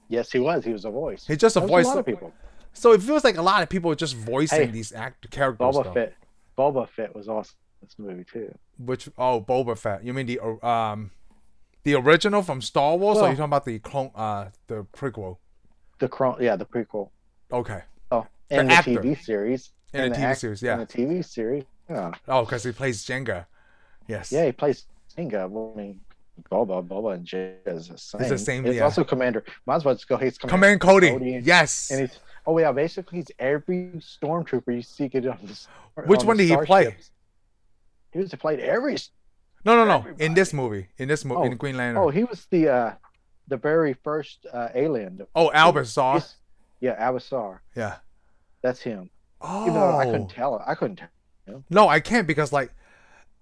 [SPEAKER 2] Yes, he was. He was a voice.
[SPEAKER 1] He's just a
[SPEAKER 2] That was
[SPEAKER 1] voice.
[SPEAKER 2] A lot of people.
[SPEAKER 1] So it feels like a lot of people are just voicing
[SPEAKER 2] Hey,
[SPEAKER 1] these act characters.
[SPEAKER 2] Boba
[SPEAKER 1] though.
[SPEAKER 2] Fett. Boba Fett was awesome in this movie too.
[SPEAKER 1] Which oh Boba Fett. You mean the or- um the original from Star Wars or
[SPEAKER 2] Well-
[SPEAKER 1] you talking about the clone uh the prequel?
[SPEAKER 2] The Cron- yeah, the prequel.
[SPEAKER 1] Okay.
[SPEAKER 2] Oh,
[SPEAKER 1] The
[SPEAKER 2] and the,
[SPEAKER 1] actor.
[SPEAKER 2] TV series.
[SPEAKER 1] In
[SPEAKER 2] And
[SPEAKER 1] the
[SPEAKER 2] the
[SPEAKER 1] TV
[SPEAKER 2] act-
[SPEAKER 1] series, yeah.
[SPEAKER 2] And the TV series. Yeah.
[SPEAKER 1] Oh, because he plays Jenga. Yes.
[SPEAKER 2] Yeah, he plays Singa. Well, I mean, Boba, Boba, and Jay is the same.
[SPEAKER 1] the same,
[SPEAKER 2] He's
[SPEAKER 1] yeah.
[SPEAKER 2] also Commander. Might as well just go. He's Commander.
[SPEAKER 1] Command Cody.
[SPEAKER 2] Cody.
[SPEAKER 1] Yes.
[SPEAKER 2] And he's oh yeah, basically he's every stormtrooper you see get on this.
[SPEAKER 1] Which one did he play?
[SPEAKER 2] He was played every.
[SPEAKER 1] No, no, no. In
[SPEAKER 2] Everybody.
[SPEAKER 1] this movie, in this movie,
[SPEAKER 2] Oh.
[SPEAKER 1] in Green Lantern.
[SPEAKER 2] Oh,
[SPEAKER 1] Oh,
[SPEAKER 2] he was the uh, the very first uh, alien.
[SPEAKER 1] Oh, Albert Saw.
[SPEAKER 2] He's- Yeah, Avasar.
[SPEAKER 1] Yeah.
[SPEAKER 2] That's him. Even though I
[SPEAKER 1] Oh.
[SPEAKER 2] couldn't tell it, I couldn't. Tell.
[SPEAKER 1] No, I can't because like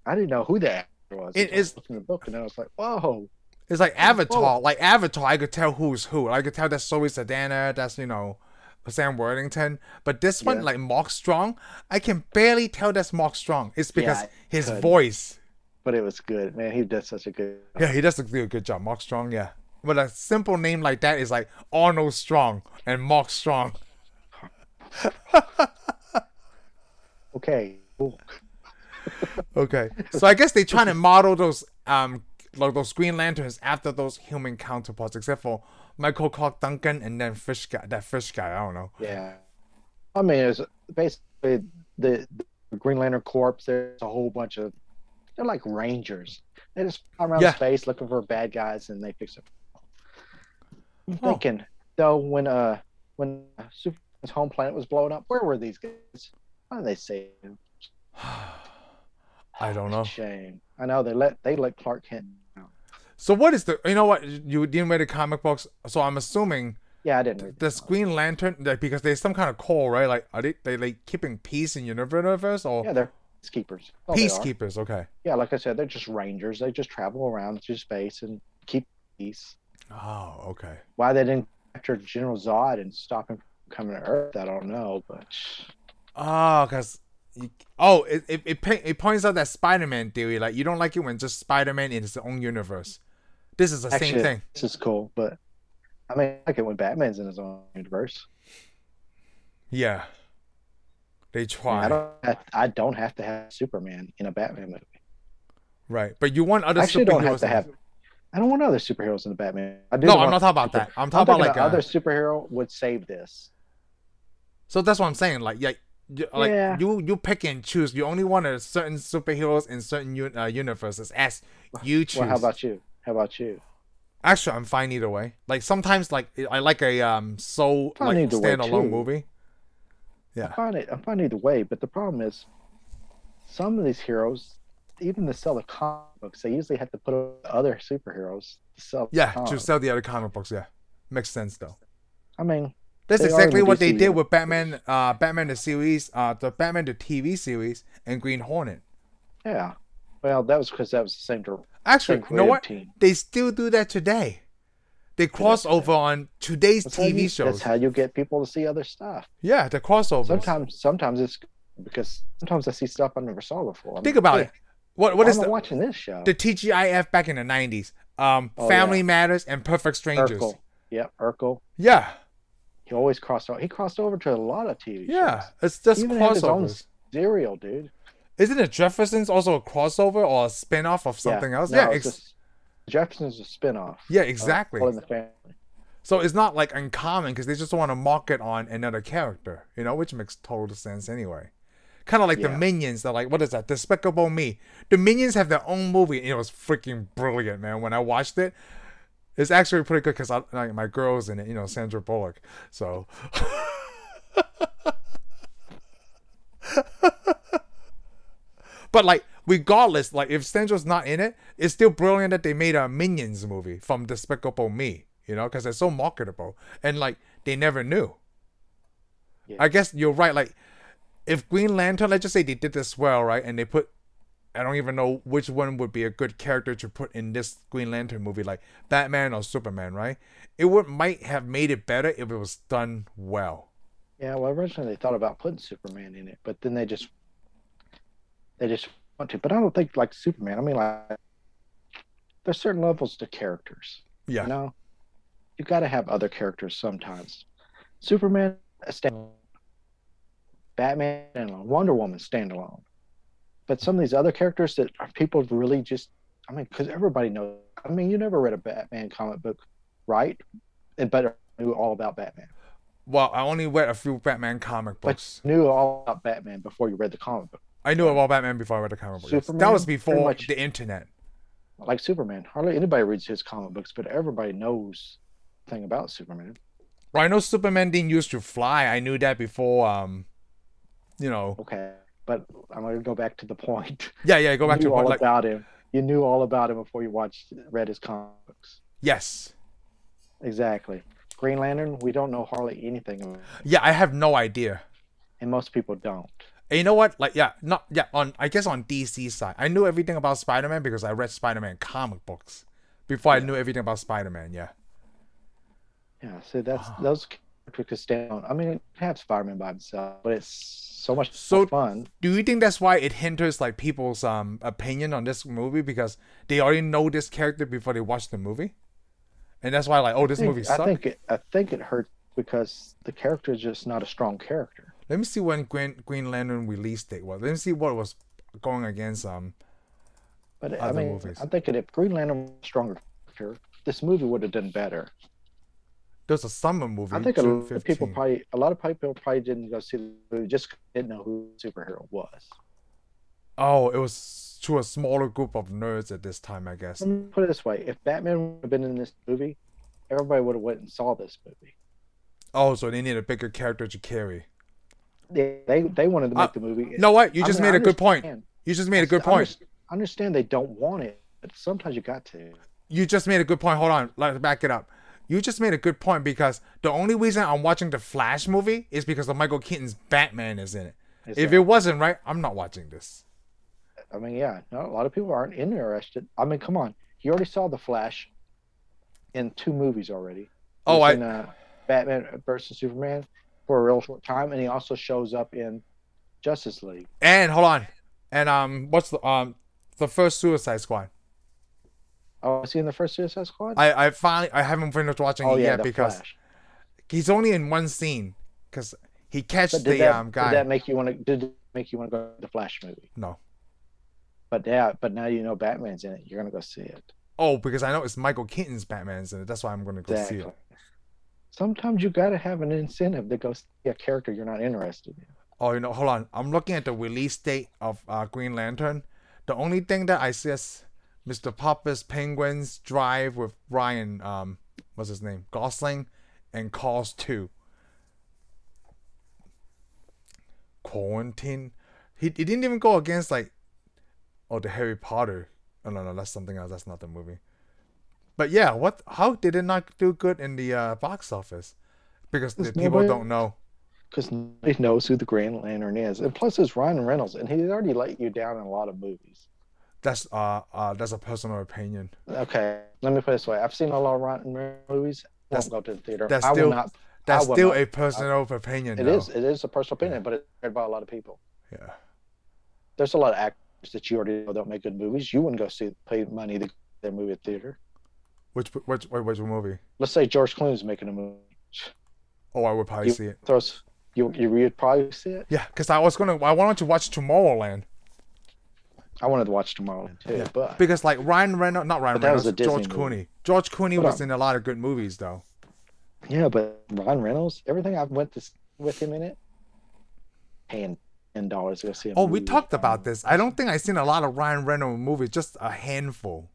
[SPEAKER 2] I didn't know who that was.
[SPEAKER 1] It
[SPEAKER 2] until I
[SPEAKER 1] is-
[SPEAKER 2] looked in the book, and then I was like, whoa.
[SPEAKER 1] it's like
[SPEAKER 2] Oh.
[SPEAKER 1] Avatar.
[SPEAKER 2] Well-
[SPEAKER 1] Like Avatar, I could tell who's who. I could tell that's Zoe Sedana. That's you know. Sam Worthington, but this one,
[SPEAKER 2] Yeah.
[SPEAKER 1] like Mark Strong, I can barely tell that's Mark Strong. It's because
[SPEAKER 2] I
[SPEAKER 1] his
[SPEAKER 2] couldn't.
[SPEAKER 1] voice.
[SPEAKER 2] But it was good, man. He does such a good.
[SPEAKER 1] Yeah, he does do a good job. Mark Strong, yeah. But a simple name like that is like Arnold Strong and Mark Strong.
[SPEAKER 2] Okay. cool.
[SPEAKER 1] Okay. So I guess they're trying to model those um like those Green Lanterns after those human counterparts, except for Michael Clark Duncan and then fish guy that fish guy, I don't know.
[SPEAKER 2] Yeah. I mean, it's basically the, the Green Lantern Corps. There's a whole bunch of they're like rangers. They just fly around
[SPEAKER 1] Yeah.
[SPEAKER 2] space looking for bad guys, and they fix it. I'm
[SPEAKER 1] Huh.
[SPEAKER 2] thinking though, when uh when Superman's home planet was blown up, where were these guys? How did they save him?
[SPEAKER 1] I don't know.
[SPEAKER 2] Shame. I know they let they let Clark Kent. Down.
[SPEAKER 1] So what is the you know what you didn't read the comic books, so I'm assuming
[SPEAKER 2] Yeah, I didn't. Read
[SPEAKER 1] the
[SPEAKER 2] this.
[SPEAKER 1] Green Lantern like, because there's some kind of call, right? Like are they they like keeping peace in universe or
[SPEAKER 2] Yeah, they're peacekeepers. That's all they are.
[SPEAKER 1] peacekeepers, okay.
[SPEAKER 2] Yeah, like I said, they're just rangers. They just travel around through space and keep peace.
[SPEAKER 1] Oh, okay.
[SPEAKER 2] why they didn't capture General Zod and stop him from coming to Earth, I don't know. But
[SPEAKER 1] Oh, because you, oh, it it it, pa- it points out that Spider-Man theory. Like you don't like it when just Spider-Man in his own universe. This is the same
[SPEAKER 2] Actually,
[SPEAKER 1] thing.
[SPEAKER 2] this is cool, but I mean, I like it when Batman's in his own universe.
[SPEAKER 1] Yeah. They
[SPEAKER 2] I, mean,
[SPEAKER 1] try.
[SPEAKER 2] I don't. I, I don't have to have Superman in a Batman movie.
[SPEAKER 1] Right. But you want other
[SPEAKER 2] I actually don't have
[SPEAKER 1] superheroes
[SPEAKER 2] to
[SPEAKER 1] in-
[SPEAKER 2] have. I don't want other superheroes in the Batman. I do
[SPEAKER 1] No,
[SPEAKER 2] want-
[SPEAKER 1] I'm not talking about that. I'm
[SPEAKER 2] I'm
[SPEAKER 1] talking about like
[SPEAKER 2] thinking
[SPEAKER 1] uh,
[SPEAKER 2] another superhero would save this.
[SPEAKER 1] So that's what I'm saying. Like, yeah, you, like
[SPEAKER 2] Yeah.
[SPEAKER 1] you you pick and choose. You only want a certain superheroes in certain un- uh, universes as you choose.
[SPEAKER 2] Well, how about you? How about you?
[SPEAKER 1] Actually, I'm fine either way. Like sometimes, like I like a um so
[SPEAKER 2] Fine
[SPEAKER 1] like
[SPEAKER 2] either way,
[SPEAKER 1] standalone
[SPEAKER 2] too.
[SPEAKER 1] movie.
[SPEAKER 2] I find it. I find either way, but the problem is, some of these heroes, even to sell the comic books, they usually have to put up other superheroes to sell. the
[SPEAKER 1] Yeah, to
[SPEAKER 2] comic.
[SPEAKER 1] sell the other comic books. Yeah, makes sense though.
[SPEAKER 2] I mean,
[SPEAKER 1] That's
[SPEAKER 2] They are in
[SPEAKER 1] exactly
[SPEAKER 2] the
[SPEAKER 1] what they
[SPEAKER 2] DC
[SPEAKER 1] did with Batman, uh, Batman the series, uh, the Batman the TV series, and Green Hornet.
[SPEAKER 2] yeah. Well, that was because that was the same, dir-
[SPEAKER 1] Actually,
[SPEAKER 2] same
[SPEAKER 1] you know
[SPEAKER 2] creative
[SPEAKER 1] what?
[SPEAKER 2] team.
[SPEAKER 1] They still do that today. They cross over on today's
[SPEAKER 2] That's how you-
[SPEAKER 1] TV shows.
[SPEAKER 2] That's how you get people to see other stuff.
[SPEAKER 1] Yeah, the crossovers.
[SPEAKER 2] Sometimes, sometimes it's because sometimes I see stuff I never saw before. I'm
[SPEAKER 1] Think
[SPEAKER 2] like,
[SPEAKER 1] about
[SPEAKER 2] "Hey,
[SPEAKER 1] it. What what
[SPEAKER 2] why
[SPEAKER 1] is
[SPEAKER 2] am I
[SPEAKER 1] the,
[SPEAKER 2] watching this show?
[SPEAKER 1] the TGIF back in the nineties? Um,
[SPEAKER 2] Oh,
[SPEAKER 1] Family
[SPEAKER 2] yeah.
[SPEAKER 1] Matters and Perfect Strangers.
[SPEAKER 2] Urkel. Yep, Urkel.
[SPEAKER 1] Yeah,
[SPEAKER 2] He always crossed over. He crossed over to a lot of TV
[SPEAKER 1] yeah.
[SPEAKER 2] shows.
[SPEAKER 1] It's just
[SPEAKER 2] Even had his own
[SPEAKER 1] crossovers.
[SPEAKER 2] Serial, dude.
[SPEAKER 1] Isn't it Jefferson's also a crossover or a spin off of something else?
[SPEAKER 2] no,
[SPEAKER 1] yeah,
[SPEAKER 2] it's
[SPEAKER 1] ex-
[SPEAKER 2] just- Jefferson's a spinoff.
[SPEAKER 1] yeah, exactly.
[SPEAKER 2] All in the family.
[SPEAKER 1] so it's not like uncommon because they just want to market on another character, you know, which makes total sense anyway. Kind of like the
[SPEAKER 2] Yeah.
[SPEAKER 1] Minions. They're like, what is that? Despicable Me. The Minions have their own movie. and It was freaking brilliant, man. When I watched it, it's actually pretty good because like, my girl's in it, you know, Sandra Bullock. So. but like, regardless, like if Sandra's not in it, it's still brilliant that they made a Minions movie from Despicable Me. You know, because it's so marketable, and like they never knew.
[SPEAKER 2] Yeah.
[SPEAKER 1] I guess you're right. Like, if Green Lantern, let's just say they did this well, right, and they put I don't even know which one would be a good character to put in this Green Lantern movie, like Batman or Superman, right? It would might have made it better if it was done well.
[SPEAKER 2] Yeah, well, originally they thought about putting Superman in it, but then they just they just want to. But I don't think like Superman. I mean, like there's certain levels to characters.
[SPEAKER 1] Yeah,
[SPEAKER 2] You know, you got to have other characters sometimes. Superman a standalone, Batman standalone, Wonder Woman standalone. But some of these other characters that are people really just, I mean, because everybody knows. I mean, you never read a Batman comic book, right? And but knew all about Batman.
[SPEAKER 1] Well, I only read a few Batman comic books.
[SPEAKER 2] Knew all about Batman before you read the comic book.
[SPEAKER 1] I knew about Batman before I read the comic books. Yes. That
[SPEAKER 2] Superman,
[SPEAKER 1] was
[SPEAKER 2] pretty
[SPEAKER 1] before
[SPEAKER 2] much-
[SPEAKER 1] the internet.
[SPEAKER 2] Like Superman, hardly anybody reads his comic books, but everybody knows the thing about Superman.
[SPEAKER 1] Well, I know Superman didn't used to fly. I knew that before. Um, you know,
[SPEAKER 2] Okay, but I'm going to go back to the point.
[SPEAKER 1] yeah, yeah. Go back
[SPEAKER 2] you
[SPEAKER 1] to
[SPEAKER 2] knew
[SPEAKER 1] what,
[SPEAKER 2] all
[SPEAKER 1] like,
[SPEAKER 2] about him. You knew all about him before you watched read his comics.
[SPEAKER 1] yes,
[SPEAKER 2] Exactly. Green Lantern, we don't know hardly anything about,
[SPEAKER 1] yeah. I have no idea.
[SPEAKER 2] and most people don't.
[SPEAKER 1] And you know what? Like, yeah, not yeah. On I guess on DC side, I knew everything about Spider Man because I read Spider Man comic books before I knew everything about Spider Man. Yeah,
[SPEAKER 2] Yeah, so that's
[SPEAKER 1] Ah.
[SPEAKER 2] those characters stand on. I mean, it have Spider-Man by himself, but it's so much
[SPEAKER 1] So-
[SPEAKER 2] so fun.
[SPEAKER 1] do you think that's why it hinders like people's um opinion on this movie because they already know this character before they watch the movie, and that's why like oh this
[SPEAKER 2] I think-
[SPEAKER 1] movie
[SPEAKER 2] I
[SPEAKER 1] sucks.
[SPEAKER 2] think it, I think it hurts because the character is just not a strong character.
[SPEAKER 1] Let me see when Green Green Lantern release date was. Let me see what was going against um.
[SPEAKER 2] But I
[SPEAKER 1] Other
[SPEAKER 2] mean,
[SPEAKER 1] movies.
[SPEAKER 2] I'm thinking if Green Lantern was a stronger character, this movie would have done better.
[SPEAKER 1] There's a summer movie.
[SPEAKER 2] I think a
[SPEAKER 1] June
[SPEAKER 2] lot of people
[SPEAKER 1] 15.
[SPEAKER 2] probably a lot of people probably didn't go see the movie just 'cause they didn't know who the superhero was.
[SPEAKER 1] Oh, it was to a smaller group of nerds at this time, I guess.
[SPEAKER 2] Let me put it this way: if Batman would have been in this movie, everybody would have went and saw this movie.
[SPEAKER 1] Oh, so they need a bigger character to carry.
[SPEAKER 2] They they, they wanted to
[SPEAKER 1] Uh,
[SPEAKER 2] make the movie.
[SPEAKER 1] You know what? You just
[SPEAKER 2] I mean,
[SPEAKER 1] made
[SPEAKER 2] I
[SPEAKER 1] a good point.
[SPEAKER 2] understand-
[SPEAKER 1] You just made a good
[SPEAKER 2] I
[SPEAKER 1] point.
[SPEAKER 2] underst- I understand they don't want it, but sometimes you got to.
[SPEAKER 1] You just made a good point. Hold on, let's back it up. You just made a good point because the only reason I'm watching the Flash movie is because of Michael Keaton's Batman is in it.
[SPEAKER 2] Is
[SPEAKER 1] if
[SPEAKER 2] that-
[SPEAKER 1] it wasn't right, I'm not watching this.
[SPEAKER 2] I mean, yeah, no, a lot of people aren't interested. I mean, come on, you already saw the Flash in two movies already.
[SPEAKER 1] Oh,
[SPEAKER 2] He's
[SPEAKER 1] I-
[SPEAKER 2] in, uh, Batman versus Superman for a real short time, and he also shows up in Justice League.
[SPEAKER 1] And hold on. And um what's the um the first Suicide Squad?
[SPEAKER 2] Oh, is he in the first Suicide Squad?
[SPEAKER 1] I I finally I haven't finished watching
[SPEAKER 2] oh
[SPEAKER 1] it
[SPEAKER 2] yeah,
[SPEAKER 1] yet
[SPEAKER 2] the
[SPEAKER 1] because
[SPEAKER 2] Flash.
[SPEAKER 1] he's only in one scene because he catches
[SPEAKER 2] But
[SPEAKER 1] the
[SPEAKER 2] did that,
[SPEAKER 1] um
[SPEAKER 2] did
[SPEAKER 1] guy.
[SPEAKER 2] that make you want to? Did it make you want to go to the Flash movie?
[SPEAKER 1] No.
[SPEAKER 2] But yeah, but now you know Batman's in it. You're gonna go see it.
[SPEAKER 1] Oh, because I know it's Michael Keaton's Batman's in it. That's why I'm going to go
[SPEAKER 2] Exactly.
[SPEAKER 1] see it.
[SPEAKER 2] Sometimes you gotta have an incentive to go see a character you're not interested in.
[SPEAKER 1] Oh, you know, hold on. I'm looking at the release date of uh, Green Lantern. The only thing that I see is Mr. Popper's Penguins Drive with Ryan, um, what's his name, Gosling, and Cars 2. Quarantine. He, he didn't even go against, like, oh, the Harry Potter. Oh, no, no, that's something else. That's not the movie. But yeah, what? how did it not do good in the uh, box office? Because the
[SPEAKER 2] There's
[SPEAKER 1] people
[SPEAKER 2] nobody-
[SPEAKER 1] don't know.
[SPEAKER 2] Because nobody knows who the Green Lantern is, and plus it's Ryan Reynolds, and he's already let you down in a lot of movies.
[SPEAKER 1] That's uh, uh that's a personal opinion.
[SPEAKER 2] Okay, let me put it this way: I've seen a lot of Ryan Reynolds movies. I
[SPEAKER 1] That's-
[SPEAKER 2] won't go to the theater.
[SPEAKER 1] that's
[SPEAKER 2] I
[SPEAKER 1] still-
[SPEAKER 2] will not.
[SPEAKER 1] That's
[SPEAKER 2] I would
[SPEAKER 1] still
[SPEAKER 2] not-
[SPEAKER 1] a personal opinion.
[SPEAKER 2] It
[SPEAKER 1] though.
[SPEAKER 2] is. It is a personal opinion, but it's shared by a lot of people.
[SPEAKER 1] Yeah.
[SPEAKER 2] There's a lot of actors that you already know don't make good movies. You wouldn't go see pay money to go to their movie at theater.
[SPEAKER 1] Which which which, which movie?
[SPEAKER 2] Let's say George Clooney's making a movie.
[SPEAKER 1] Oh, I would probably
[SPEAKER 2] You-
[SPEAKER 1] see it.
[SPEAKER 2] Throws you. You would probably see it.
[SPEAKER 1] Yeah, because I was gonna. I wanted to watch Tomorrowland
[SPEAKER 2] I wanted to watch Tomorrowland too,
[SPEAKER 1] Yeah.
[SPEAKER 2] but
[SPEAKER 1] because like Ryan Reynolds, not Ryan
[SPEAKER 2] But that was
[SPEAKER 1] Reynolds,
[SPEAKER 2] a
[SPEAKER 1] George
[SPEAKER 2] Disney movie.
[SPEAKER 1] Clooney. George Clooney
[SPEAKER 2] Hold
[SPEAKER 1] was
[SPEAKER 2] on.
[SPEAKER 1] in a lot of good movies though.
[SPEAKER 2] yeah, but Ryan Reynolds, everything I've went to see with him in it, paying ten dollars to go see. A
[SPEAKER 1] Oh, we
[SPEAKER 2] movie.
[SPEAKER 1] talked about this. I don't think I've seen a lot of Ryan Reynolds movies, just a handful.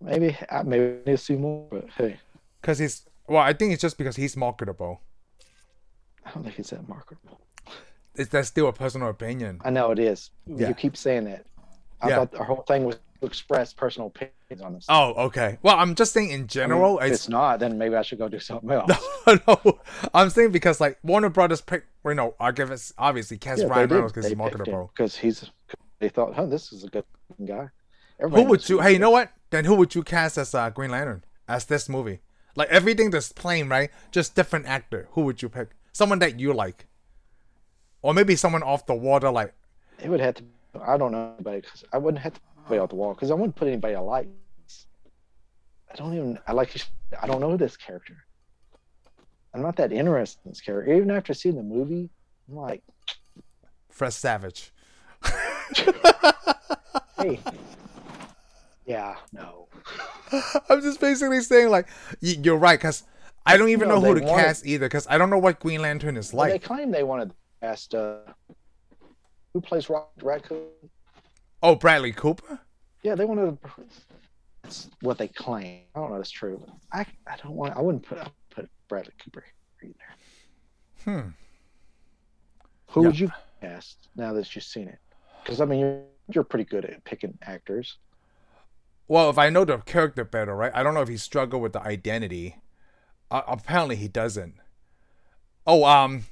[SPEAKER 2] Maybe I maybe I need to see more, but hey,
[SPEAKER 1] Cause he's well, I think it's just because he's marketable.
[SPEAKER 2] I don't think it's that marketable.
[SPEAKER 1] It's that's still a personal opinion.
[SPEAKER 2] I know it is.
[SPEAKER 1] Yeah.
[SPEAKER 2] You keep saying that. I
[SPEAKER 1] Yeah.
[SPEAKER 2] thought our whole thing was to express personal opinions on this.
[SPEAKER 1] Oh, okay. Well, I'm just saying in
[SPEAKER 2] I mean,
[SPEAKER 1] general,
[SPEAKER 2] if
[SPEAKER 1] it's
[SPEAKER 2] it's not, then maybe I should go do something else.
[SPEAKER 1] no, I'm saying because like Warner Brothers picked, you know, I give it obviously cast Ryan Reynolds because he's marketable.
[SPEAKER 2] Because he's, they thought, huh, this is a good guy.
[SPEAKER 1] Who would you? Hey, you know what? Then who would you cast as uh, Green Lantern as this movie? Like everything that's plain, right? Just different actor. Who would you pick? Someone that you like, or maybe someone off the water. Like
[SPEAKER 2] It would have to. I don't know anybody because I wouldn't have to put anybody off the wall because I wouldn't put anybody I like. I don't even. I like. you s- I don't know this character. I'm not that interested in this character. Even after seeing the movie, I'm like,
[SPEAKER 1] Fred Savage.
[SPEAKER 2] hey, yeah, no.
[SPEAKER 1] I'm just basically saying like y- you're right because I don't even
[SPEAKER 2] No,
[SPEAKER 1] know who
[SPEAKER 2] they
[SPEAKER 1] to
[SPEAKER 2] wanted-
[SPEAKER 1] cast either because I don't know what Green Lantern is
[SPEAKER 2] Well, they
[SPEAKER 1] like.
[SPEAKER 2] claim they wanted to cast uh, who plays Rock Raccoon.
[SPEAKER 1] Oh, Bradley Cooper.
[SPEAKER 2] Yeah, they wanted. To, that's what they claim. I don't know if that's true. I I don't want. I wouldn't put put Bradley Cooper in there.
[SPEAKER 1] Hmm.
[SPEAKER 2] Who
[SPEAKER 1] Yeah.
[SPEAKER 2] would you cast now that you've seen it? Because I mean, you're you're pretty good at picking actors.
[SPEAKER 1] Well, if I know the character better, right? I don't know if he struggled with the identity. Uh, apparently, he doesn't. Oh, um,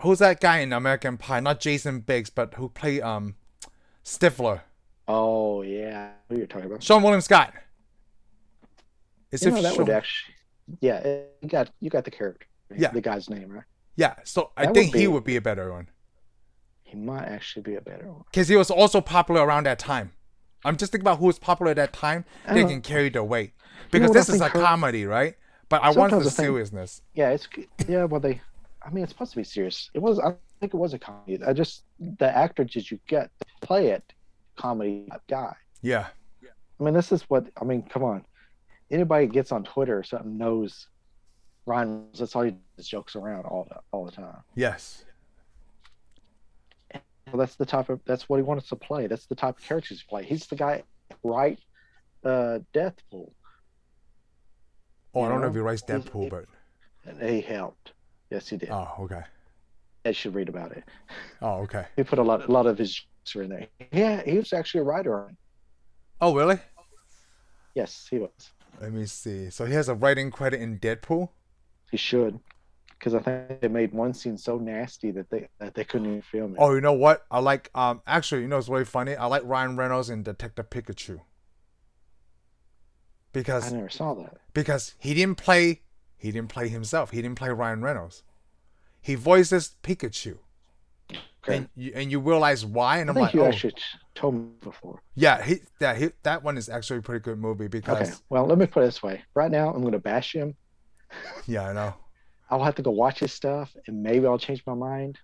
[SPEAKER 1] who's that guy in American Pie? Not Jason Biggs, but who played um, Stifler?
[SPEAKER 2] Oh yeah, who you're talking about?
[SPEAKER 1] Sean William Scott. Is
[SPEAKER 2] You
[SPEAKER 1] it
[SPEAKER 2] know, that
[SPEAKER 1] Sean-
[SPEAKER 2] would actually. Yeah, it- you got you got the character.
[SPEAKER 1] Yeah.
[SPEAKER 2] the guy's name right.
[SPEAKER 1] yeah, so I
[SPEAKER 2] that
[SPEAKER 1] think
[SPEAKER 2] would
[SPEAKER 1] he
[SPEAKER 2] be-
[SPEAKER 1] would be a better one
[SPEAKER 2] He might actually be a better one.
[SPEAKER 1] because he was also popular around that time. I'm just thinking about who was popular at that time.
[SPEAKER 2] I
[SPEAKER 1] They
[SPEAKER 2] don't-
[SPEAKER 1] can carry the weight
[SPEAKER 2] You know
[SPEAKER 1] because
[SPEAKER 2] what I
[SPEAKER 1] this is a
[SPEAKER 2] think, Kurt?
[SPEAKER 1] comedy, right? But I want the
[SPEAKER 2] Sometimes I think-
[SPEAKER 1] seriousness.
[SPEAKER 2] Yeah, it's yeah. Well, they. I mean, it's supposed to be serious. It was. I think it was a comedy. I just the actor that you get to play it, comedy guy.
[SPEAKER 1] Yeah.
[SPEAKER 2] I mean, this is what I mean. Come on, anybody gets on Twitter or something knows Ryan. Reynolds, That's all he does jokes around all the, all the time.
[SPEAKER 1] Yes.
[SPEAKER 2] Well, that's the type of that's what he wants to play. That's the type of characters he play. He's the guy right uh Deathpool.
[SPEAKER 1] Oh, I
[SPEAKER 2] You
[SPEAKER 1] don't know
[SPEAKER 2] know?
[SPEAKER 1] if he writes
[SPEAKER 2] He's-
[SPEAKER 1] Deadpool,
[SPEAKER 2] he-
[SPEAKER 1] but
[SPEAKER 2] And he helped. Yes, he did.
[SPEAKER 1] oh, okay.
[SPEAKER 2] They should read about it.
[SPEAKER 1] Oh, okay.
[SPEAKER 2] He put a lot a lot of his jokes were in there. Yeah, he was actually a writer on it.
[SPEAKER 1] Oh, really?
[SPEAKER 2] Yes, he was.
[SPEAKER 1] Let me see. So he has a writing credit in Deadpool.
[SPEAKER 2] He should. Because I think they made one scene so nasty that they that they couldn't even film it.
[SPEAKER 1] Oh, you know what? I like. Um, actually, you know, it's really funny. I like Ryan Reynolds in Detective Pikachu
[SPEAKER 2] I
[SPEAKER 1] because
[SPEAKER 2] never saw that.
[SPEAKER 1] because he didn't play he didn't play himself. He didn't play Ryan Reynolds. He voices Pikachu.
[SPEAKER 2] Okay.
[SPEAKER 1] and you, and you realize why. And
[SPEAKER 2] I
[SPEAKER 1] I'm
[SPEAKER 2] think
[SPEAKER 1] like,
[SPEAKER 2] you
[SPEAKER 1] oh,
[SPEAKER 2] actually told me before.
[SPEAKER 1] yeah, he, that he, that one is actually a pretty good movie because
[SPEAKER 2] Okay. Well, let me put it this way. Right now, I'm going to bash him.
[SPEAKER 1] yeah, I know.
[SPEAKER 2] I'll have to go watch his stuff, and maybe I'll change my mind.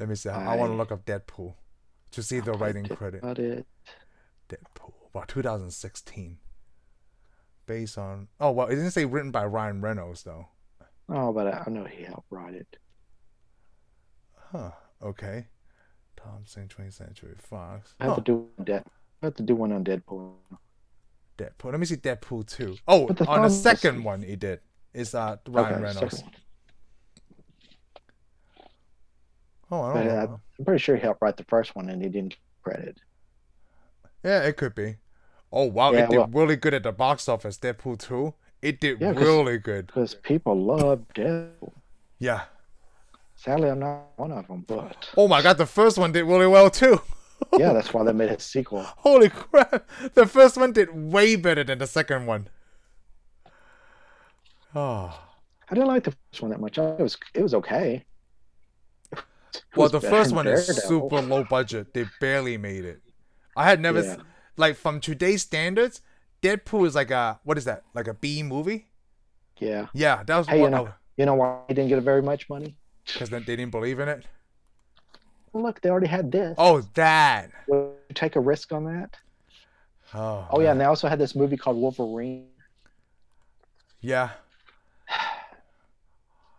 [SPEAKER 1] Let me see. I, want to
[SPEAKER 2] I-
[SPEAKER 1] look up Deadpool to see the
[SPEAKER 2] I'll
[SPEAKER 1] writing
[SPEAKER 2] think
[SPEAKER 1] credit.
[SPEAKER 2] About it.
[SPEAKER 1] Deadpool. Wow, 2016. Based on oh well, it didn't say written by Ryan Reynolds though.
[SPEAKER 2] Oh, but I, I know he helped write it.
[SPEAKER 1] Huh. Okay. Thompson, 20th Century Fox.
[SPEAKER 2] I have
[SPEAKER 1] Huh,
[SPEAKER 2] to do that. I have to do one on Deadpool.
[SPEAKER 1] Deadpool. Let me see Deadpool 2. Oh,
[SPEAKER 2] But the
[SPEAKER 1] on the
[SPEAKER 2] film is-
[SPEAKER 1] second one he did. It's uh Ryan
[SPEAKER 2] Okay,
[SPEAKER 1] Reynolds.
[SPEAKER 2] second one.
[SPEAKER 1] Oh, I
[SPEAKER 2] But,
[SPEAKER 1] don't
[SPEAKER 2] uh,
[SPEAKER 1] know.
[SPEAKER 2] I'm pretty sure he helped write the first one, and he didn't get credit.
[SPEAKER 1] Yeah, it could be. Oh wow,
[SPEAKER 2] Yeah,
[SPEAKER 1] it did
[SPEAKER 2] well-
[SPEAKER 1] really good at the box office. Deadpool 2. It did
[SPEAKER 2] Yeah, 'cause-
[SPEAKER 1] really good.
[SPEAKER 2] Because people love Deadpool.
[SPEAKER 1] Yeah.
[SPEAKER 2] Sadly, I'm not one of them, but
[SPEAKER 1] Oh my god, the first one did really well too.
[SPEAKER 2] yeah, that's why they made a sequel.
[SPEAKER 1] Holy crap! The first one did way better than the second one. Oh.
[SPEAKER 2] I didn't like the first one that much. It was it was okay. It
[SPEAKER 1] Well,
[SPEAKER 2] was
[SPEAKER 1] the
[SPEAKER 2] better
[SPEAKER 1] first
[SPEAKER 2] than
[SPEAKER 1] one is
[SPEAKER 2] Daredevil.
[SPEAKER 1] super low budget. They barely made it. I had never, s
[SPEAKER 2] Yeah.
[SPEAKER 1] like, from today's standards, Deadpool is like a, what is that? Like a B movie?
[SPEAKER 2] Yeah,
[SPEAKER 1] Yeah, that was
[SPEAKER 2] Hey, you
[SPEAKER 1] one.
[SPEAKER 2] know- you know why he didn't get very much money?
[SPEAKER 1] Because then they didn't believe in it.
[SPEAKER 2] Look, they already had this.
[SPEAKER 1] Oh, that.
[SPEAKER 2] Would you take a risk on that?
[SPEAKER 1] Oh,
[SPEAKER 2] Oh yeah,
[SPEAKER 1] man.
[SPEAKER 2] and they also had this movie called Wolverine.
[SPEAKER 1] Yeah.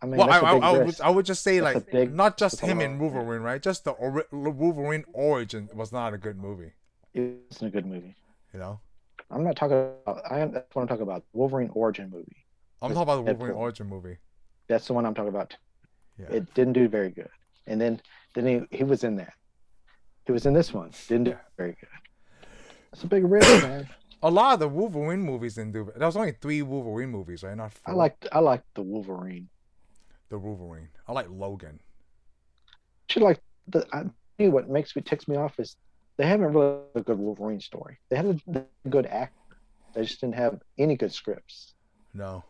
[SPEAKER 2] I mean,
[SPEAKER 1] well, I,
[SPEAKER 2] that's a
[SPEAKER 1] I,
[SPEAKER 2] big
[SPEAKER 1] I, would,
[SPEAKER 2] risk.
[SPEAKER 1] I would just say,
[SPEAKER 2] That's a
[SPEAKER 1] like,
[SPEAKER 2] big-
[SPEAKER 1] not just
[SPEAKER 2] that's a
[SPEAKER 1] him
[SPEAKER 2] lot.
[SPEAKER 1] in Wolverine, right? Just the ori- Wolverine origin was not a good movie,
[SPEAKER 2] It wasn't a good movie.
[SPEAKER 1] you know?
[SPEAKER 2] I'm not talking about. I am, that's what I'm talking about. Wolverine origin movie.
[SPEAKER 1] I'm
[SPEAKER 2] With
[SPEAKER 1] talking about the Wolverine
[SPEAKER 2] Deadpool.
[SPEAKER 1] origin movie.
[SPEAKER 2] That's the one I'm talking about.
[SPEAKER 1] Yeah.
[SPEAKER 2] It didn't do very good. And then then he, he was in that. He was in this one. Didn't do very good. It's a big risk, man.
[SPEAKER 1] a lot of the Wolverine movies didn't do. There was only three Wolverine movies, right? Not
[SPEAKER 2] I
[SPEAKER 1] four.
[SPEAKER 2] liked I liked the Wolverine.
[SPEAKER 1] the Wolverine. I like Logan.
[SPEAKER 2] She liked the. I tell you what makes me ticks me off is they haven't really had a good Wolverine story. They had a, a good actor. They just didn't have any good scripts
[SPEAKER 1] No,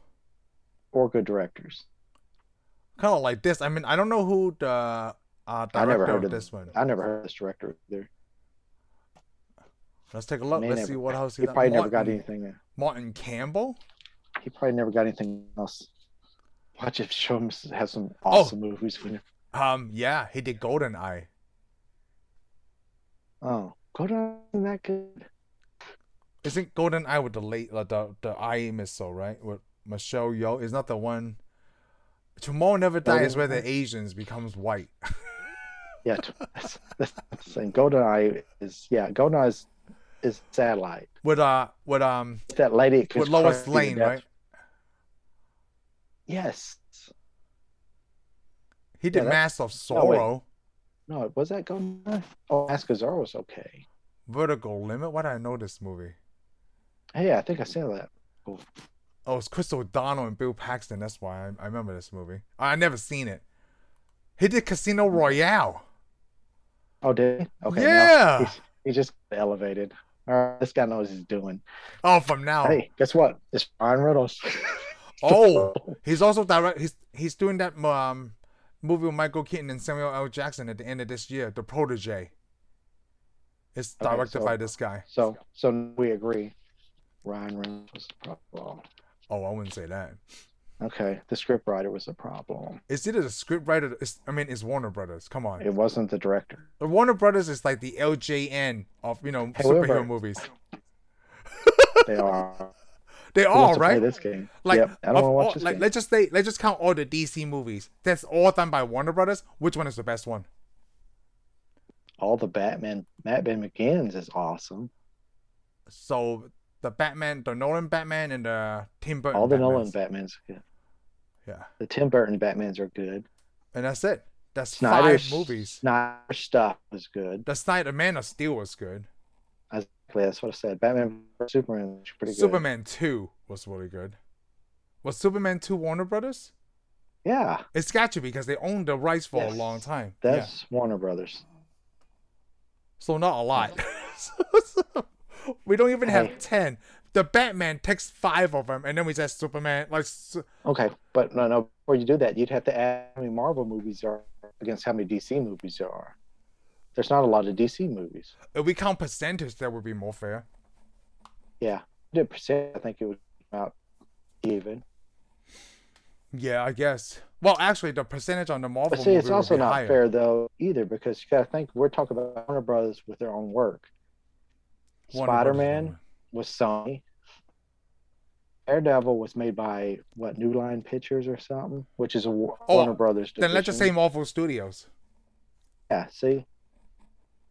[SPEAKER 2] or good directors.
[SPEAKER 1] kind of like this. I mean, I don't know who the uh, director
[SPEAKER 2] I never heard
[SPEAKER 1] of
[SPEAKER 2] of
[SPEAKER 1] this one.
[SPEAKER 2] I never heard of this director either.
[SPEAKER 1] Let's take a look.
[SPEAKER 2] May
[SPEAKER 1] Let's
[SPEAKER 2] never-
[SPEAKER 1] see what else
[SPEAKER 2] He
[SPEAKER 1] done.
[SPEAKER 2] probably never got
[SPEAKER 1] Martin-
[SPEAKER 2] anything. uh,
[SPEAKER 1] Martin Campbell.
[SPEAKER 2] He probably never got anything else. Watch it. Show him have some
[SPEAKER 1] Oh.
[SPEAKER 2] awesome movies. When
[SPEAKER 1] Um, yeah, he did Golden Eye.
[SPEAKER 2] oh, go down that good.
[SPEAKER 1] Isn't Golden Eye with the late uh, the the eye missile right with Michelle Yeoh? Is not the one. Tomorrow Never Dies, where the Asians becomes white.
[SPEAKER 2] Yeah, t- that's, that's the same. Goldeneye is yeah. Goldeneye is is satellite.
[SPEAKER 1] With uh, with um,
[SPEAKER 2] It's That lady that
[SPEAKER 1] with
[SPEAKER 2] gets
[SPEAKER 1] Lois
[SPEAKER 2] crushed to
[SPEAKER 1] Lane,
[SPEAKER 2] death.
[SPEAKER 1] right?
[SPEAKER 2] Yes.
[SPEAKER 1] He did
[SPEAKER 2] Yeah, that-
[SPEAKER 1] Mass of
[SPEAKER 2] no, wait.
[SPEAKER 1] Sorrow.
[SPEAKER 2] No, it was that Goldeneye. Oh, Ask Azar was okay.
[SPEAKER 1] Vertigo Limit. Why did I know this movie?
[SPEAKER 2] Hey, I think I saw that.
[SPEAKER 1] Oh, it's Chris O'Donnell and Bill Paxton. That's why I, I remember this movie. I, I never seen it. He did Casino Royale.
[SPEAKER 2] Oh, did he? Mm-hmm. Okay. now
[SPEAKER 1] Yeah.
[SPEAKER 2] he's- he just got elevated. All right, this guy knows he's doing.
[SPEAKER 1] Oh, from now.
[SPEAKER 2] Hey, guess what? It's Ryan Reynolds.
[SPEAKER 1] Oh, he's also direct. He's he's doing that um movie with Michael Keaton and Samuel L. Jackson at the end of this year, The Protege. It's
[SPEAKER 2] Okay,
[SPEAKER 1] directed
[SPEAKER 2] so-
[SPEAKER 1] by this guy.
[SPEAKER 2] So, so we agree. Ryan Reynolds was the problem.
[SPEAKER 1] Oh, I wouldn't say that.
[SPEAKER 2] Okay, the scriptwriter was the problem.
[SPEAKER 1] Is it a scriptwriter? It's, I mean, it's Warner Brothers. Come on,
[SPEAKER 2] It wasn't the director.
[SPEAKER 1] The Warner Brothers is like the LJN of you know
[SPEAKER 2] Hey,
[SPEAKER 1] superhero
[SPEAKER 2] Wilbur.
[SPEAKER 1] movies.
[SPEAKER 2] They are.
[SPEAKER 1] They
[SPEAKER 2] Who
[SPEAKER 1] are
[SPEAKER 2] wants to play
[SPEAKER 1] right.
[SPEAKER 2] This game.
[SPEAKER 1] Like,
[SPEAKER 2] Yep, I
[SPEAKER 1] of
[SPEAKER 2] don't
[SPEAKER 1] all-
[SPEAKER 2] want to watch this
[SPEAKER 1] like,
[SPEAKER 2] game.
[SPEAKER 1] let's just say, let's just count all the DC movies. That's all done by Warner Brothers. Which one is the best one?
[SPEAKER 2] All the Batman, Batman Begins is awesome.
[SPEAKER 1] So the Batman, the Nolan Batman, and the Tim Burton.
[SPEAKER 2] All the
[SPEAKER 1] Batmans.
[SPEAKER 2] Nolan Batmans are good.
[SPEAKER 1] Yeah,
[SPEAKER 2] The Tim Burton Batmans are good.
[SPEAKER 1] and that's it. That's
[SPEAKER 2] Snyder's
[SPEAKER 1] five movies.
[SPEAKER 2] Snyder stuff is good.
[SPEAKER 1] The Snyder Man of Steel was good.
[SPEAKER 2] Exactly, that's what I said. Batman vs Superman is pretty good.
[SPEAKER 1] Superman Two was really good. Was Superman Two Warner Brothers?
[SPEAKER 2] Yeah,
[SPEAKER 1] It's got to be because they owned the rights for a
[SPEAKER 2] Yes,
[SPEAKER 1] long time. yeah.
[SPEAKER 2] that's Warner Brothers.
[SPEAKER 1] So not a lot. So- so- we don't even have
[SPEAKER 2] Hey.
[SPEAKER 1] ten. The Batman takes five of them, and then we just Superman. Like, s-
[SPEAKER 2] Okay, but no, no. Before you do that, you'd have to add how many Marvel movies are against how many DC movies there are. There's not a lot of DC movies.
[SPEAKER 1] If we count percentage, that would be more fair.
[SPEAKER 2] Yeah, did percent. I think it was about even.
[SPEAKER 1] Yeah, I guess. Well, actually, the percentage on the Marvel
[SPEAKER 2] But see, it's
[SPEAKER 1] movie would
[SPEAKER 2] also
[SPEAKER 1] be
[SPEAKER 2] not
[SPEAKER 1] higher.
[SPEAKER 2] fair though either because you got to think we're talking about Warner Brothers with their own work.
[SPEAKER 1] Wonder Woman's
[SPEAKER 2] Spider Man was Sony. Daredevil was made by what New Line Pictures or something, which is a Wa-
[SPEAKER 1] Oh,
[SPEAKER 2] Warner Brothers.
[SPEAKER 1] Then let's just say
[SPEAKER 2] division.
[SPEAKER 1] Marvel Studios.
[SPEAKER 2] yeah. See,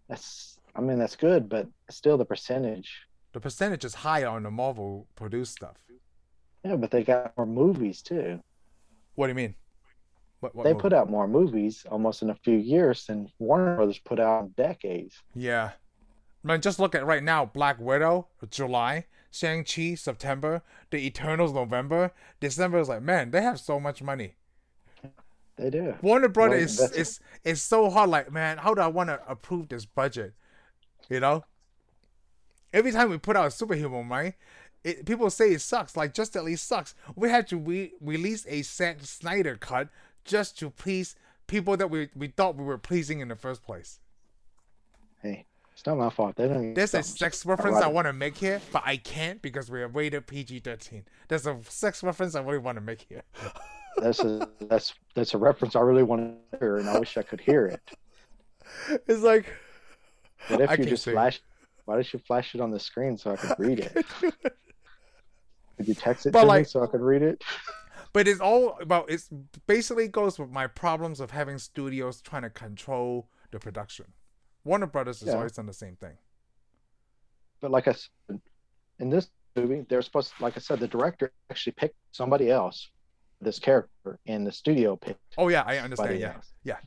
[SPEAKER 2] that's I mean that's good, but still the percentage.
[SPEAKER 1] The percentage is higher on the Marvel produced stuff.
[SPEAKER 2] Yeah, but they got more movies too.
[SPEAKER 1] What do you mean? What, what
[SPEAKER 2] they
[SPEAKER 1] movie?
[SPEAKER 2] put out more movies almost in a few years than Warner Brothers put out in decades.
[SPEAKER 1] Yeah. Man, just look at right now Black Widow, July, Shang-Chi, September, The Eternals, November, December is like, man, they have so much money.
[SPEAKER 2] They do.
[SPEAKER 1] Warner Brother
[SPEAKER 2] Well,
[SPEAKER 1] is
[SPEAKER 2] that's-
[SPEAKER 1] is is so hard. Like, man, how do I want to approve this budget? You know. Every time we put out a superhero, right? It, people say it sucks. Like, just at least sucks. We had to re- release a Zack Snyder cut just to please people that we we thought we were pleasing in the first place.
[SPEAKER 2] Hey, it's not my fault. They don't.
[SPEAKER 1] There's a
[SPEAKER 2] something.
[SPEAKER 1] sex reference I
[SPEAKER 2] right.
[SPEAKER 1] want to make here, but I can't because we are rated PG-13. There's a sex reference I really want to make here.
[SPEAKER 2] That's a that's that's a reference I really want to hear, and I wish I could hear it.
[SPEAKER 1] It's like
[SPEAKER 2] But if
[SPEAKER 1] I
[SPEAKER 2] you
[SPEAKER 1] can't
[SPEAKER 2] just
[SPEAKER 1] see.
[SPEAKER 2] flash, why don't you flash it on the screen so I could read it? Could you text it
[SPEAKER 1] But
[SPEAKER 2] to me
[SPEAKER 1] like-
[SPEAKER 2] so I could read it?
[SPEAKER 1] but it's all about it's basically goes with my problems of having studios trying to control the production. Warner Brothers is
[SPEAKER 2] Yeah.
[SPEAKER 1] always done the same thing.
[SPEAKER 2] But like I said, in this movie, they're supposed, like I said, the director actually picked somebody else, this character, and the studio picked
[SPEAKER 1] Oh yeah, I understand.
[SPEAKER 2] somebody
[SPEAKER 1] Yeah,
[SPEAKER 2] else.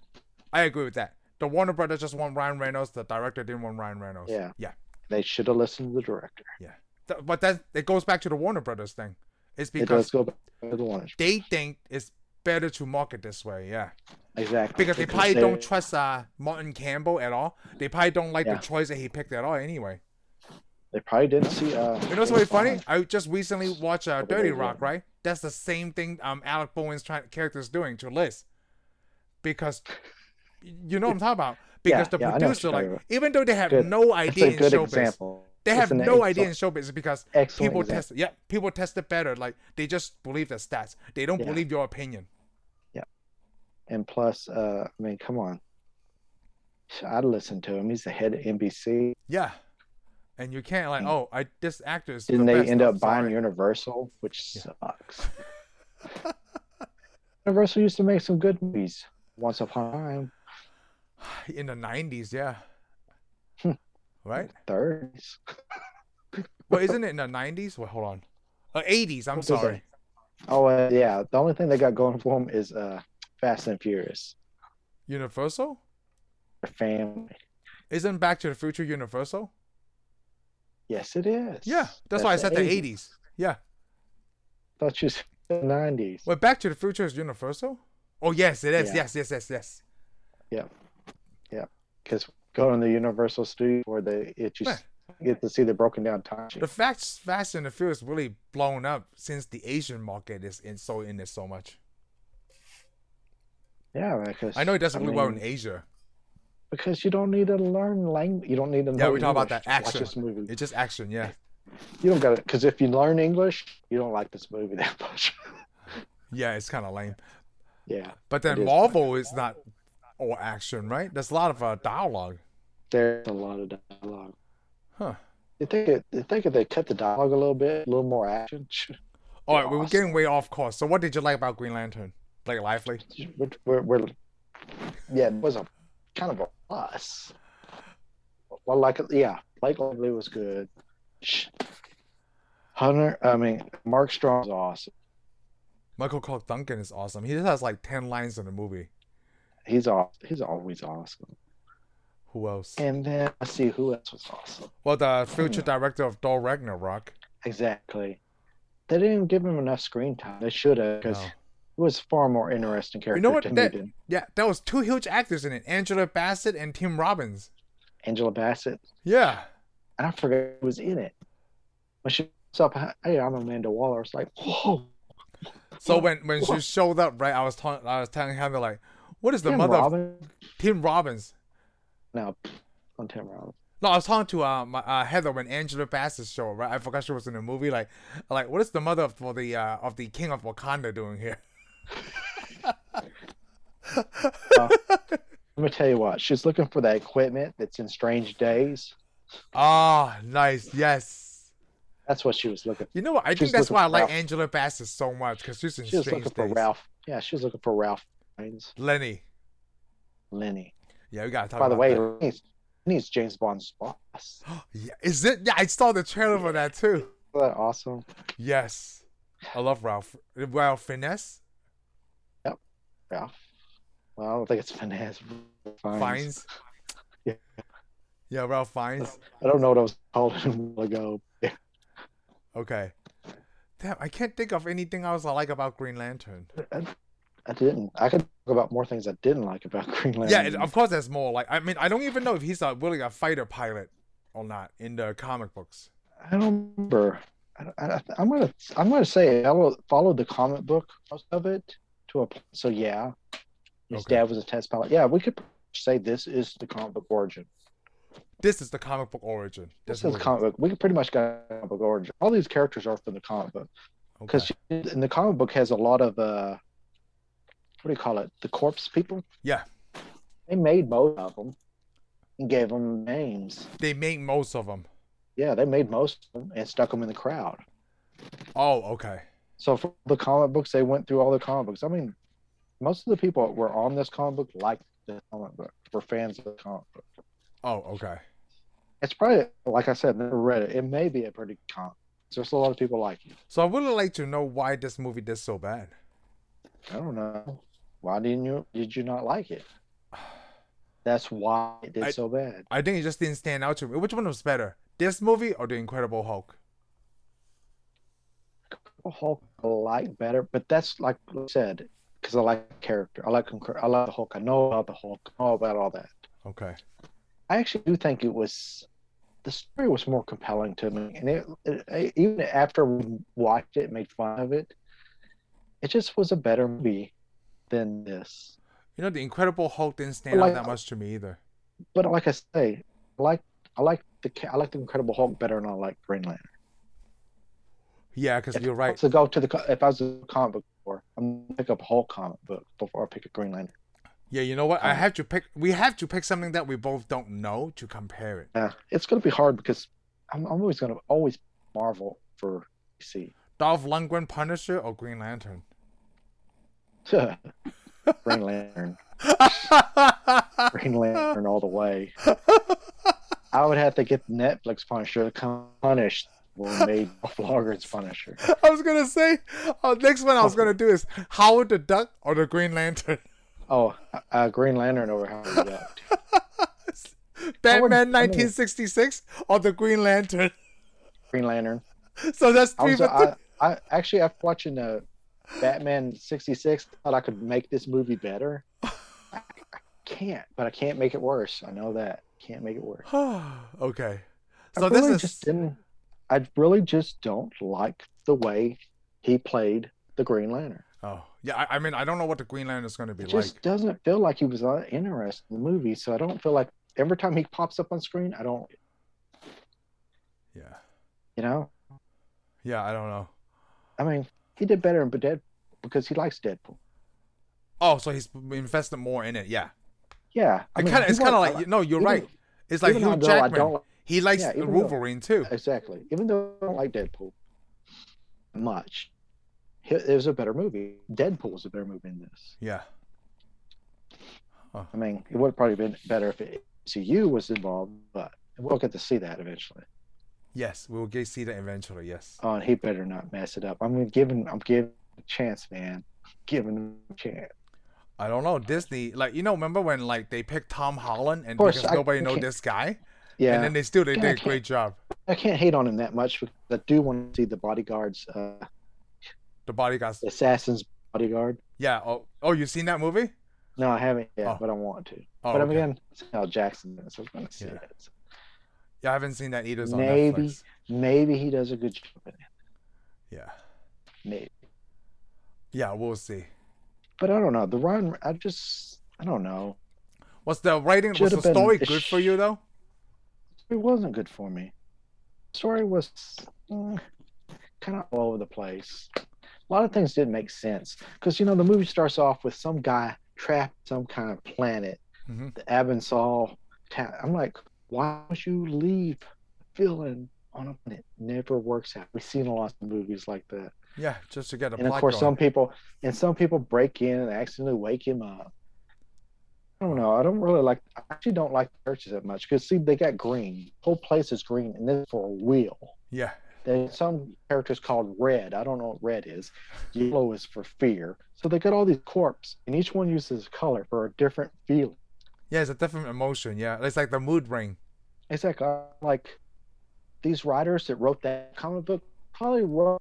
[SPEAKER 1] I agree with that. The Warner Brothers just want Ryan Reynolds. The director didn't want Ryan Reynolds.
[SPEAKER 2] Yeah.
[SPEAKER 1] yeah.
[SPEAKER 2] They should have listened to the director.
[SPEAKER 1] Th- but that it goes back to the Warner Brothers thing. It's
[SPEAKER 2] it does
[SPEAKER 1] because
[SPEAKER 2] go back to the lunch.
[SPEAKER 1] they think it's better to market this way. Yeah.
[SPEAKER 2] Exactly.
[SPEAKER 1] because they probably
[SPEAKER 2] they-
[SPEAKER 1] don't trust uh Martin Campbell at all. They probably don't like
[SPEAKER 2] Yeah.
[SPEAKER 1] the choice that he picked at all. Anyway,
[SPEAKER 2] They probably didn't see. Uh,
[SPEAKER 1] you know what's really funny? I just recently watched uh,
[SPEAKER 2] Probably
[SPEAKER 1] Dirty
[SPEAKER 2] they
[SPEAKER 1] Rock.
[SPEAKER 2] didn't.
[SPEAKER 1] Right, that's the same thing um Alec Bowen's trying character's doing to Liz, because you know what I'm talking about. Because
[SPEAKER 2] Yeah,
[SPEAKER 1] the
[SPEAKER 2] yeah, I know what
[SPEAKER 1] producer,
[SPEAKER 2] you're
[SPEAKER 1] like,
[SPEAKER 2] talking about.
[SPEAKER 1] even though they have
[SPEAKER 2] Good.
[SPEAKER 1] no
[SPEAKER 2] That's
[SPEAKER 1] idea
[SPEAKER 2] a
[SPEAKER 1] in
[SPEAKER 2] good
[SPEAKER 1] showbiz,
[SPEAKER 2] example.
[SPEAKER 1] they
[SPEAKER 2] It's
[SPEAKER 1] have
[SPEAKER 2] an
[SPEAKER 1] no
[SPEAKER 2] excellent-
[SPEAKER 1] idea in showbiz because
[SPEAKER 2] Excellent
[SPEAKER 1] people
[SPEAKER 2] example.
[SPEAKER 1] test. Yeah, people test it better. Like they just believe the stats. They don't
[SPEAKER 2] Yeah.
[SPEAKER 1] believe your opinion.
[SPEAKER 2] And plus, uh, I mean, come on. I'd listen to him. He's the head of NBC.
[SPEAKER 1] Yeah. And you can't like,
[SPEAKER 2] Mm.
[SPEAKER 1] oh, I this actor is. the
[SPEAKER 2] Didn't they
[SPEAKER 1] best,
[SPEAKER 2] end
[SPEAKER 1] I'm
[SPEAKER 2] up buying
[SPEAKER 1] sorry."
[SPEAKER 2] Universal, which
[SPEAKER 1] Yeah.
[SPEAKER 2] sucks? Universal used to make some good movies once upon a time,
[SPEAKER 1] in the nineties, yeah.
[SPEAKER 2] Hmm.
[SPEAKER 1] right?
[SPEAKER 2] 30s.
[SPEAKER 1] Well, isn't it in the nineties? Well, hold on. Uh, 80s, I'm
[SPEAKER 2] What was that?
[SPEAKER 1] sorry.
[SPEAKER 2] Oh, uh, yeah. The only thing they got going for them is uh, Fast and Furious,
[SPEAKER 1] Universal?
[SPEAKER 2] their family.
[SPEAKER 1] Isn't Back to the Future Universal?
[SPEAKER 2] Yes, it is.
[SPEAKER 1] Yeah, that's, why I said the 80s. Yeah.
[SPEAKER 2] thought you said the 90s.
[SPEAKER 1] Well, Back to the Future is Universal? Oh, yes, it is.
[SPEAKER 2] Yeah.
[SPEAKER 1] Yes, yes, yes, yes.
[SPEAKER 2] Because going to the Universal Studio where they it just get to see the broken down time. sheet.
[SPEAKER 1] The fact Fast and the Furious really blown up since the Asian market is in so in it so much.
[SPEAKER 2] Yeah, because
[SPEAKER 1] I know it doesn't
[SPEAKER 2] I
[SPEAKER 1] really well in
[SPEAKER 2] mean,
[SPEAKER 1] Asia.
[SPEAKER 2] because you don't need to learn language. You don't need to. Know
[SPEAKER 1] Yeah, we talk about that
[SPEAKER 2] English to watch
[SPEAKER 1] action.
[SPEAKER 2] this movie.
[SPEAKER 1] It's just action, yeah.
[SPEAKER 2] You don't got it because if you learn English, you don't like this movie that much.
[SPEAKER 1] Yeah, it's kind of lame.
[SPEAKER 2] yeah,
[SPEAKER 1] But
[SPEAKER 2] It
[SPEAKER 1] then
[SPEAKER 2] is.
[SPEAKER 1] Marvel is not all action, right? There's a lot of uh, dialogue.
[SPEAKER 2] there's a lot of dialogue.
[SPEAKER 1] Huh.
[SPEAKER 2] You think it, you think if they cut the dialogue a little bit, a little more action,
[SPEAKER 1] All right, we were
[SPEAKER 2] Awesome.
[SPEAKER 1] getting way off course. So, what did you like about Green Lantern? Blake Lively.
[SPEAKER 2] we're, we're, we're yeah, it was a kind of a plus. Well, like yeah, Blake Lively was good. Sh- Hunter, I mean Mark Strong was awesome.
[SPEAKER 1] Michael Clark Duncan is awesome. He just has like ten lines in the movie.
[SPEAKER 2] He's all he's always awesome.
[SPEAKER 1] Who else?
[SPEAKER 2] And then I see who else was awesome.
[SPEAKER 1] Well, the future director of Thor Ragnarok.
[SPEAKER 2] Exactly. They didn't give him enough screen time. They should have, because
[SPEAKER 1] No.
[SPEAKER 2] he was far more interesting character
[SPEAKER 1] know what?
[SPEAKER 2] to
[SPEAKER 1] That-
[SPEAKER 2] me than
[SPEAKER 1] Yeah, that was two huge actors in it: Angela Bassett and Tim Robbins.
[SPEAKER 2] Angela Bassett.
[SPEAKER 1] Yeah,
[SPEAKER 2] And I forgot who was in it. When she was up, hey, I'm Amanda Waller. It's like, whoa.
[SPEAKER 1] So when when she showed up, right, I was telling I was telling Heather like, What is the
[SPEAKER 2] Tim
[SPEAKER 1] mother of
[SPEAKER 2] Robbins?
[SPEAKER 1] Tim Robbins?
[SPEAKER 2] No, on Tim Robbins.
[SPEAKER 1] No, I was talking to uh, my, uh Heather when Angela Bassett's show, right? I forgot she was in the movie. Like, like what is the mother of for the uh, of the King of Wakanda doing here?
[SPEAKER 2] Let me tell you what. She's looking for that equipment that's in Strange Days.
[SPEAKER 1] Ah, nice, yes.
[SPEAKER 2] That's what she was looking.
[SPEAKER 1] You know what? I
[SPEAKER 2] She's
[SPEAKER 1] think that's
[SPEAKER 2] looking
[SPEAKER 1] why I
[SPEAKER 2] for
[SPEAKER 1] like
[SPEAKER 2] Ralph.
[SPEAKER 1] Angela Bassett so much because she's in
[SPEAKER 2] For. She was
[SPEAKER 1] Strange
[SPEAKER 2] looking for
[SPEAKER 1] Days.
[SPEAKER 2] Ralph. Yeah, she was looking for Ralph Fiennes,
[SPEAKER 1] Lenny.
[SPEAKER 2] Lenny.
[SPEAKER 1] Yeah, we gotta talk.
[SPEAKER 2] By the
[SPEAKER 1] about
[SPEAKER 2] way,
[SPEAKER 1] that.
[SPEAKER 2] Lenny's, Lenny's James Bond's boss.
[SPEAKER 1] Yeah, is it? Yeah, I saw the trailer for that too.
[SPEAKER 2] Isn't that awesome?
[SPEAKER 1] Yes, I love Ralph. Ralph finesse
[SPEAKER 2] Ralph. Well, I don't think it's finesse. Fiennes.
[SPEAKER 1] Fiennes.
[SPEAKER 2] Yeah.
[SPEAKER 1] yeah, Ralph Fiennes.
[SPEAKER 2] I don't know what I was called a while ago.
[SPEAKER 1] Okay. Damn, I can't think of anything else I like about Green Lantern.
[SPEAKER 2] I didn't. I could talk about more things I didn't like about Green Lantern.
[SPEAKER 1] Yeah, it, of course there's more. Like, I mean, I don't even know if he's a, really a fighter pilot or not in the comic books.
[SPEAKER 2] I don't remember. I, I, I'm gonna I'm gonna say I will follow the comic book most of it to a point. So yeah, his
[SPEAKER 1] Okay.
[SPEAKER 2] dad was a test pilot. Yeah, we could say this is the comic book origin.
[SPEAKER 1] This is the comic book origin.
[SPEAKER 2] This is
[SPEAKER 1] movie.
[SPEAKER 2] the comic book. We could pretty much go comic book origin. All these characters are from the comic book
[SPEAKER 1] Okay.
[SPEAKER 2] because in the comic book has a lot of uh, what do you call it? The corpse people.
[SPEAKER 1] Yeah.
[SPEAKER 2] they made most of them and gave them names.
[SPEAKER 1] They make most of them.
[SPEAKER 2] Yeah, they made most of them and stuck them in the crowd.
[SPEAKER 1] Oh, okay.
[SPEAKER 2] So for the comic books, they went through all the comic books. I mean, most of the people that were on this comic book liked the comic book, were fans of the comic book.
[SPEAKER 1] Oh, okay.
[SPEAKER 2] It's probably like I said, never read it. It may be a pretty good comic. There's a lot of people like it.
[SPEAKER 1] So I would like to know why this movie did so bad.
[SPEAKER 2] I don't know. Why didn't you? Did you not like it? That's why it did
[SPEAKER 1] I-
[SPEAKER 2] so bad.
[SPEAKER 1] I think it just didn't stand out to me. Which one was better, this movie or The Incredible Hulk?
[SPEAKER 2] Hulk I like better, but that's like I said because I like the character. I like him. I like the Hulk. I know about the Hulk. I know about all that.
[SPEAKER 1] Okay.
[SPEAKER 2] I actually do think it was the story was more compelling to me, and it, it, I- even after we watched it, and made fun of it, it just was a better movie than this.
[SPEAKER 1] You know, The Incredible Hulk didn't stand
[SPEAKER 2] Like-
[SPEAKER 1] out that much to me either.
[SPEAKER 2] But like I say, I like I like the ca- I like the Incredible Hulk better than I like Green Lantern.
[SPEAKER 1] Yeah, because you're right.
[SPEAKER 2] So go to the co- if I was a comic book store, I'm gonna pick up a Hulk comic book before I pick a Green Lantern.
[SPEAKER 1] Yeah, you know what?
[SPEAKER 2] Um,
[SPEAKER 1] I have to pick. We have to pick something that we both don't know to compare it.
[SPEAKER 2] Yeah, it's gonna be hard because I'm, I'm always gonna always Marvel for DC.
[SPEAKER 1] Dolph Lundgren, Punisher, or Green Lantern?
[SPEAKER 2] Green Lantern. Green Lantern all the way. I would have to get Netflix Punisher to come punish or made Flogger's Punisher.
[SPEAKER 1] I was gonna say, uh, next one I was gonna do is Howard the Duck or the Green Lantern.
[SPEAKER 2] Oh, uh, Green Lantern over Howard the Duck.
[SPEAKER 1] Batman
[SPEAKER 2] I mean-
[SPEAKER 1] 1966 or the Green Lantern.
[SPEAKER 2] Green Lantern.
[SPEAKER 1] So that's
[SPEAKER 2] I
[SPEAKER 1] three
[SPEAKER 2] was
[SPEAKER 1] for three.
[SPEAKER 2] I, I actually after watching uh, Batman '66, thought I could make this movie better. I, I can't, but I can't make it worse. I know that can't make it worse.
[SPEAKER 1] okay.
[SPEAKER 2] I
[SPEAKER 1] So
[SPEAKER 2] really
[SPEAKER 1] this is
[SPEAKER 2] just didn't. I really just don't like the way he played the Green Lantern.
[SPEAKER 1] oh yeah. I, I mean, I don't know what the Green Lantern is going to be
[SPEAKER 2] It just
[SPEAKER 1] like.
[SPEAKER 2] doesn't feel like he was uh, interested in the movie. So I don't feel like every time he pops up on screen, I don't,
[SPEAKER 1] Yeah,
[SPEAKER 2] you know,
[SPEAKER 1] yeah. I don't know.
[SPEAKER 2] I mean, he did better in Deadpool because he likes Deadpool.
[SPEAKER 1] Oh, so he's invested more in it. Yeah.
[SPEAKER 2] Yeah,
[SPEAKER 1] I kind of. It's kind of like you no. You're
[SPEAKER 2] even-
[SPEAKER 1] right. It's like
[SPEAKER 2] even
[SPEAKER 1] Hugh
[SPEAKER 2] though I
[SPEAKER 1] Jackman.
[SPEAKER 2] don't-
[SPEAKER 1] He likes
[SPEAKER 2] yeah, even though-
[SPEAKER 1] Wolverine too.
[SPEAKER 2] exactly. Even though I don't like Deadpool much, he- it was a better movie. Deadpool is a better movie than this.
[SPEAKER 1] Yeah.
[SPEAKER 2] I mean, it would have probably been better if it, MCU was involved, but we'll get to see that eventually.
[SPEAKER 1] Yes, we will get see that eventually. Yes.
[SPEAKER 2] Oh, and he better not mess it up. I'm giving, I'm giving him a chance, man. Giving him a chance.
[SPEAKER 1] I don't know Disney. Like you know, remember when like they picked Tom Holland and
[SPEAKER 2] course,
[SPEAKER 1] because
[SPEAKER 2] I-
[SPEAKER 1] nobody
[SPEAKER 2] I
[SPEAKER 1] know
[SPEAKER 2] can't-
[SPEAKER 1] this guy,
[SPEAKER 2] Yeah.
[SPEAKER 1] and then they still they
[SPEAKER 2] Yeah, I
[SPEAKER 1] did a
[SPEAKER 2] can't-
[SPEAKER 1] great job.
[SPEAKER 2] I can't hate on him that much because I do want to see the bodyguards, uh,
[SPEAKER 1] The bodyguards.
[SPEAKER 2] the assassin's bodyguard.
[SPEAKER 1] Yeah. Oh, oh, you seen that movie?
[SPEAKER 2] No, I haven't yet,
[SPEAKER 1] Oh.
[SPEAKER 2] but I want to.
[SPEAKER 1] Oh,
[SPEAKER 2] but I'm
[SPEAKER 1] okay.
[SPEAKER 2] again, Samuel Jackson is. I'm going to see
[SPEAKER 1] Yeah.
[SPEAKER 2] it.
[SPEAKER 1] yeah, I haven't seen that either. It's on
[SPEAKER 2] Maybe.
[SPEAKER 1] Netflix.
[SPEAKER 2] Maybe he does a good job in it.
[SPEAKER 1] Yeah.
[SPEAKER 2] Maybe,
[SPEAKER 1] Yeah, we'll see.
[SPEAKER 2] but I don't know. The Ryan, I just I don't know.
[SPEAKER 1] Was the writing was
[SPEAKER 2] Should've
[SPEAKER 1] the
[SPEAKER 2] been-
[SPEAKER 1] story
[SPEAKER 2] it
[SPEAKER 1] good
[SPEAKER 2] sh-
[SPEAKER 1] for you though?
[SPEAKER 2] It wasn't good for me. story was kind of all over the place. A lot of things didn't make sense because you know the movie starts off with some guy trapped on some kind of planet,
[SPEAKER 1] Mhm.
[SPEAKER 2] the Abensal. ta- I'm like, why would you leave villain on a planet? Never works out. We've seen a lot of movies like that.
[SPEAKER 1] Yeah, just to get a
[SPEAKER 2] and of
[SPEAKER 1] plot
[SPEAKER 2] course
[SPEAKER 1] going.
[SPEAKER 2] some people and some people break in and accidentally wake him up i don't know i don't really like i actually don't like churches that much because see they got green whole place is green and this for a wheel
[SPEAKER 1] Yeah.
[SPEAKER 2] there's some characters called red i don't know what red is yellow is for fear so they got all these corpses and each one uses a color for a different feeling
[SPEAKER 1] Yeah, it's a different emotion. Yeah, it's like the mood ring.
[SPEAKER 2] it's like uh, like these writers that wrote that comic book probably wrote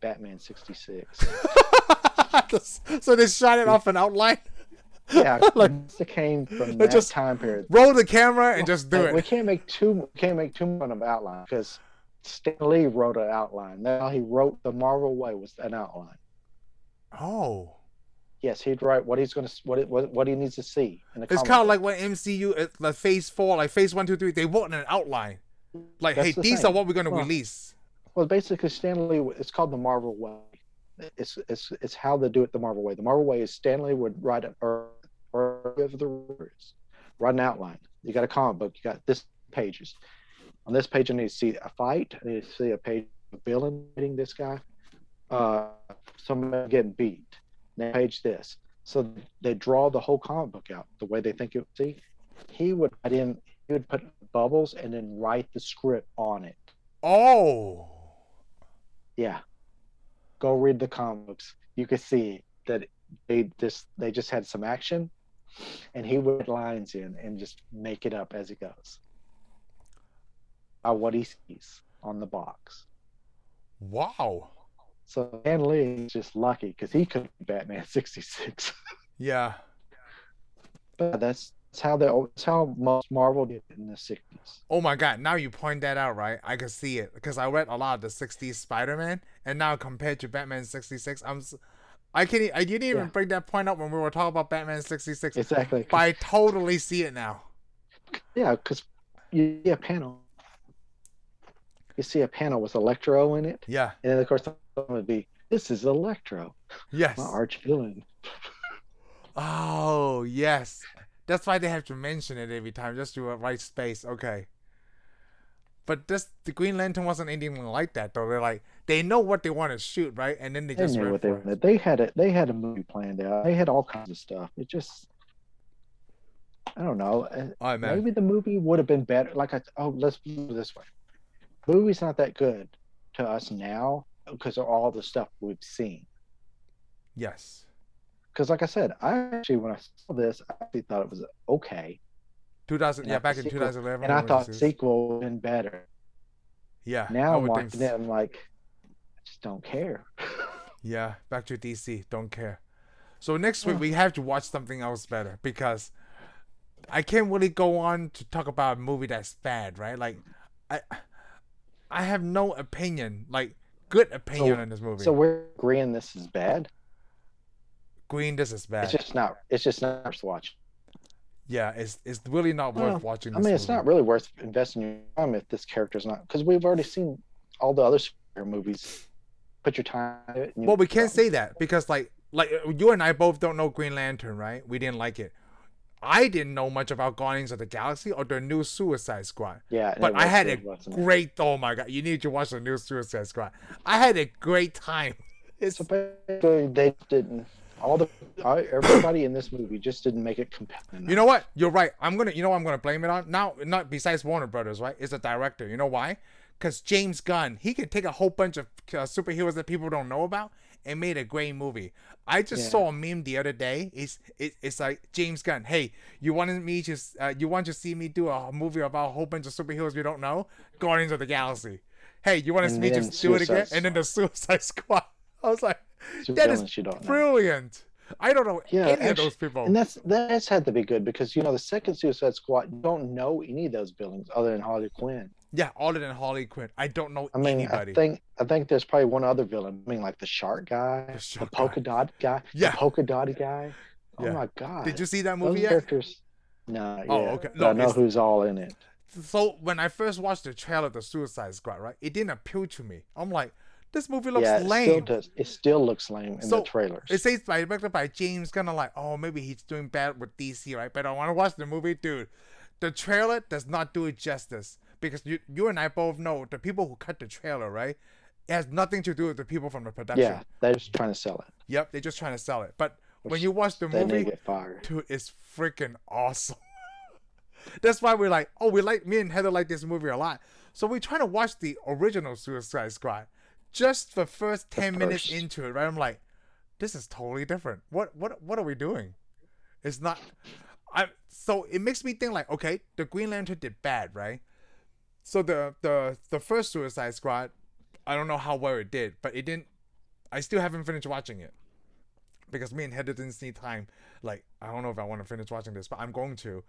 [SPEAKER 2] batman 66
[SPEAKER 1] so they shot it off an outline,
[SPEAKER 2] yeah
[SPEAKER 1] Like-
[SPEAKER 2] it came from
[SPEAKER 1] They
[SPEAKER 2] that
[SPEAKER 1] just-
[SPEAKER 2] time period
[SPEAKER 1] roll the camera,
[SPEAKER 2] Oh,
[SPEAKER 1] and just do
[SPEAKER 2] Like, We
[SPEAKER 1] it.
[SPEAKER 2] can't make too we can't make too much of outline because Stan Lee wrote an outline. Now he wrote the Marvel way was an outline.
[SPEAKER 1] Oh,
[SPEAKER 2] Yes, he'd write what he's going to what it, what, what he needs to see. In the
[SPEAKER 1] it's
[SPEAKER 2] comic
[SPEAKER 1] kind of
[SPEAKER 2] book.
[SPEAKER 1] like when MCU, uh, like Phase Four, like Phase One, Two, Three, they wrote in an outline. Like,
[SPEAKER 2] That's
[SPEAKER 1] hey,
[SPEAKER 2] the
[SPEAKER 1] these
[SPEAKER 2] thing.
[SPEAKER 1] are what we're gonna
[SPEAKER 2] Well,
[SPEAKER 1] release.
[SPEAKER 2] well, basically Stan Lee. It's called the Marvel way. It's it's it's how they do it the Marvel way. The Marvel way is Stan Lee would write an or or of the words, write an outline. You got a comic book. You got this pages. On this page, I need to see a fight. I need to see a page of villain hitting this guy. uh, somebody getting beat. Next page this. So they draw the whole comic book out the way they think it would see. He would write in, he would put bubbles and then write the script on it.
[SPEAKER 1] Oh,
[SPEAKER 2] Yeah. Go read the comic books. You could see that they just they just had some action and he would put lines in and just make it up as he goes. By what he sees on the box.
[SPEAKER 1] wow.
[SPEAKER 2] So Stan Lee is just lucky because he could be Batman sixty six.
[SPEAKER 1] Yeah,
[SPEAKER 2] But that's, that's how they that's how most Marvel did it in the sixties.
[SPEAKER 1] Oh my god, now you point that out, right? I can see it because I read a lot of the 60s Spider-Man and now compared to Batman 66, I'm s- I can't e- I didn't even
[SPEAKER 2] Yeah.
[SPEAKER 1] bring that point up when we were talking about Batman 66,
[SPEAKER 2] Exactly. 'cause-
[SPEAKER 1] but I totally see it now.
[SPEAKER 2] yeah, because you see a panel. You see a panel with Electro in it,
[SPEAKER 1] Yeah.
[SPEAKER 2] and then of course the other one would be this is Electro,
[SPEAKER 1] Yes.
[SPEAKER 2] my arch villain.
[SPEAKER 1] Oh, yes. That's why they have to mention it every time just to uh, right space. Okay. But this the Green Lantern wasn't anything like that though. They're like they know what they want to shoot, right? And then they
[SPEAKER 2] They
[SPEAKER 1] just
[SPEAKER 2] knew
[SPEAKER 1] went
[SPEAKER 2] what they
[SPEAKER 1] for it.
[SPEAKER 2] wanted. They had it. They had a movie planned out. They had all kinds of stuff. It just, I don't know. uh,
[SPEAKER 1] All right, Oh, man.
[SPEAKER 2] Maybe the movie would have been better. Like, I, oh, let's put it this way: movie's not that good to us now because of all the stuff we've seen.
[SPEAKER 1] Yes.
[SPEAKER 2] Because, like I said, I actually when I saw this, I actually thought it was okay,
[SPEAKER 1] 2000
[SPEAKER 2] And
[SPEAKER 1] yeah,
[SPEAKER 2] after
[SPEAKER 1] back in
[SPEAKER 2] sequel-
[SPEAKER 1] 2011.
[SPEAKER 2] and I
[SPEAKER 1] when it
[SPEAKER 2] thought
[SPEAKER 1] was-
[SPEAKER 2] sequel would have been better.
[SPEAKER 1] Yeah. I
[SPEAKER 2] Now
[SPEAKER 1] would think
[SPEAKER 2] watching
[SPEAKER 1] so.
[SPEAKER 2] it, I'm like, I just don't care.
[SPEAKER 1] Yeah, back to DC. Don't care. So next week we have to watch something else better because I can't really go on to talk about a movie that's bad, right? Like, I I have no opinion, like good opinion
[SPEAKER 2] So-
[SPEAKER 1] on this movie.
[SPEAKER 2] So we're agreeing this is bad.
[SPEAKER 1] Green, this is bad.
[SPEAKER 2] It's just not. It's just not worth watching.
[SPEAKER 1] yeah, it's it's really not
[SPEAKER 2] Well,
[SPEAKER 1] worth watching.
[SPEAKER 2] I
[SPEAKER 1] This
[SPEAKER 2] mean, it's not
[SPEAKER 1] movie.
[SPEAKER 2] really worth investing your time if this character's not because we've already seen all the other superhero movies. Put your time. into it and you-
[SPEAKER 1] Well, we can't say that because like like uh, you and I both don't know Green Lantern, right? We didn't like it. I didn't know much about Guardians of the Galaxy or the new Suicide Squad.
[SPEAKER 2] Yeah, and
[SPEAKER 1] but
[SPEAKER 2] it
[SPEAKER 1] I
[SPEAKER 2] was
[SPEAKER 1] had
[SPEAKER 2] good,
[SPEAKER 1] a
[SPEAKER 2] wasn't it?
[SPEAKER 1] great oh my god you need to watch the new suicide squad i had a great time it's
[SPEAKER 2] So basically, they didn't. All the all- everybody in this movie just didn't make it compelling.
[SPEAKER 1] you know what you're right i'm gonna you know what i'm gonna blame it on now not besides warner brothers right it's a director you know why because james gunn he can take a whole bunch of uh, superheroes that people don't know about and made a great movie i just
[SPEAKER 2] Yeah.
[SPEAKER 1] saw a meme the other day it's it, it's like james gunn hey you wanted me to s- uh, you want to see me do a movie about a whole bunch of superheroes we don't know guardians of the galaxy hey you want to see
[SPEAKER 2] And
[SPEAKER 1] me
[SPEAKER 2] then
[SPEAKER 1] just do it again
[SPEAKER 2] Suicide
[SPEAKER 1] and then the suicide squad i was like
[SPEAKER 2] Super
[SPEAKER 1] that is
[SPEAKER 2] villains you don't know.
[SPEAKER 1] brilliant. I don't know
[SPEAKER 2] Yeah,
[SPEAKER 1] any of
[SPEAKER 2] actu-
[SPEAKER 1] those people.
[SPEAKER 2] And that's that's had to be good because you know the second Suicide Squad you don't know any of those villains other than Harley Quinn.
[SPEAKER 1] yeah, other than Harley Quinn, I don't know
[SPEAKER 2] I mean,
[SPEAKER 1] anybody.
[SPEAKER 2] I think I think there's probably one other villain. I mean, like the shark guy,
[SPEAKER 1] The
[SPEAKER 2] the,
[SPEAKER 1] shark
[SPEAKER 2] polka
[SPEAKER 1] guy.
[SPEAKER 2] dot guy,
[SPEAKER 1] Yeah.
[SPEAKER 2] the polka dotty guy. Oh
[SPEAKER 1] Yeah.
[SPEAKER 2] my god!
[SPEAKER 1] Did you see that
[SPEAKER 2] Those
[SPEAKER 1] movie yet?
[SPEAKER 2] characters? No.
[SPEAKER 1] Oh,
[SPEAKER 2] yeah.
[SPEAKER 1] okay.
[SPEAKER 2] But
[SPEAKER 1] No,
[SPEAKER 2] I know
[SPEAKER 1] it's-
[SPEAKER 2] who's all in it.
[SPEAKER 1] So when I first watched the trailer of the Suicide Squad, right, it didn't appeal to me. I'm like, this movie looks
[SPEAKER 2] yeah, it still
[SPEAKER 1] lame.
[SPEAKER 2] does. It still looks lame in
[SPEAKER 1] So,
[SPEAKER 2] the trailers.
[SPEAKER 1] It says by directed by James Gunn. I'm like, oh, maybe he's doing bad with DC, right? But I want to watch the movie, dude. The trailer does not do it justice because you, you and I both know the people who cut the trailer, right? It has nothing to do with the people from the production.
[SPEAKER 2] yeah, they're just trying to sell it.
[SPEAKER 1] Yep, they're just trying to sell it. But when
[SPEAKER 2] Which
[SPEAKER 1] you watch the
[SPEAKER 2] They need to
[SPEAKER 1] movie,
[SPEAKER 2] get fired.
[SPEAKER 1] dude, it's freaking awesome. That's why we're like, oh, we like me and Heather like this movie a lot. So we try to watch the original Suicide Squad. Just the first ten minutes
[SPEAKER 2] first.
[SPEAKER 1] into it, right? I'm like, this is totally different. What what what are we doing? It's not I so it makes me think like, okay, the Green Lantern did bad, right? So the the the first Suicide Squad, I don't know how well it did, but it didn't I still haven't finished watching it because me and Heather didn't see time. Like, I don't know if I want to finish watching this, but I'm going to.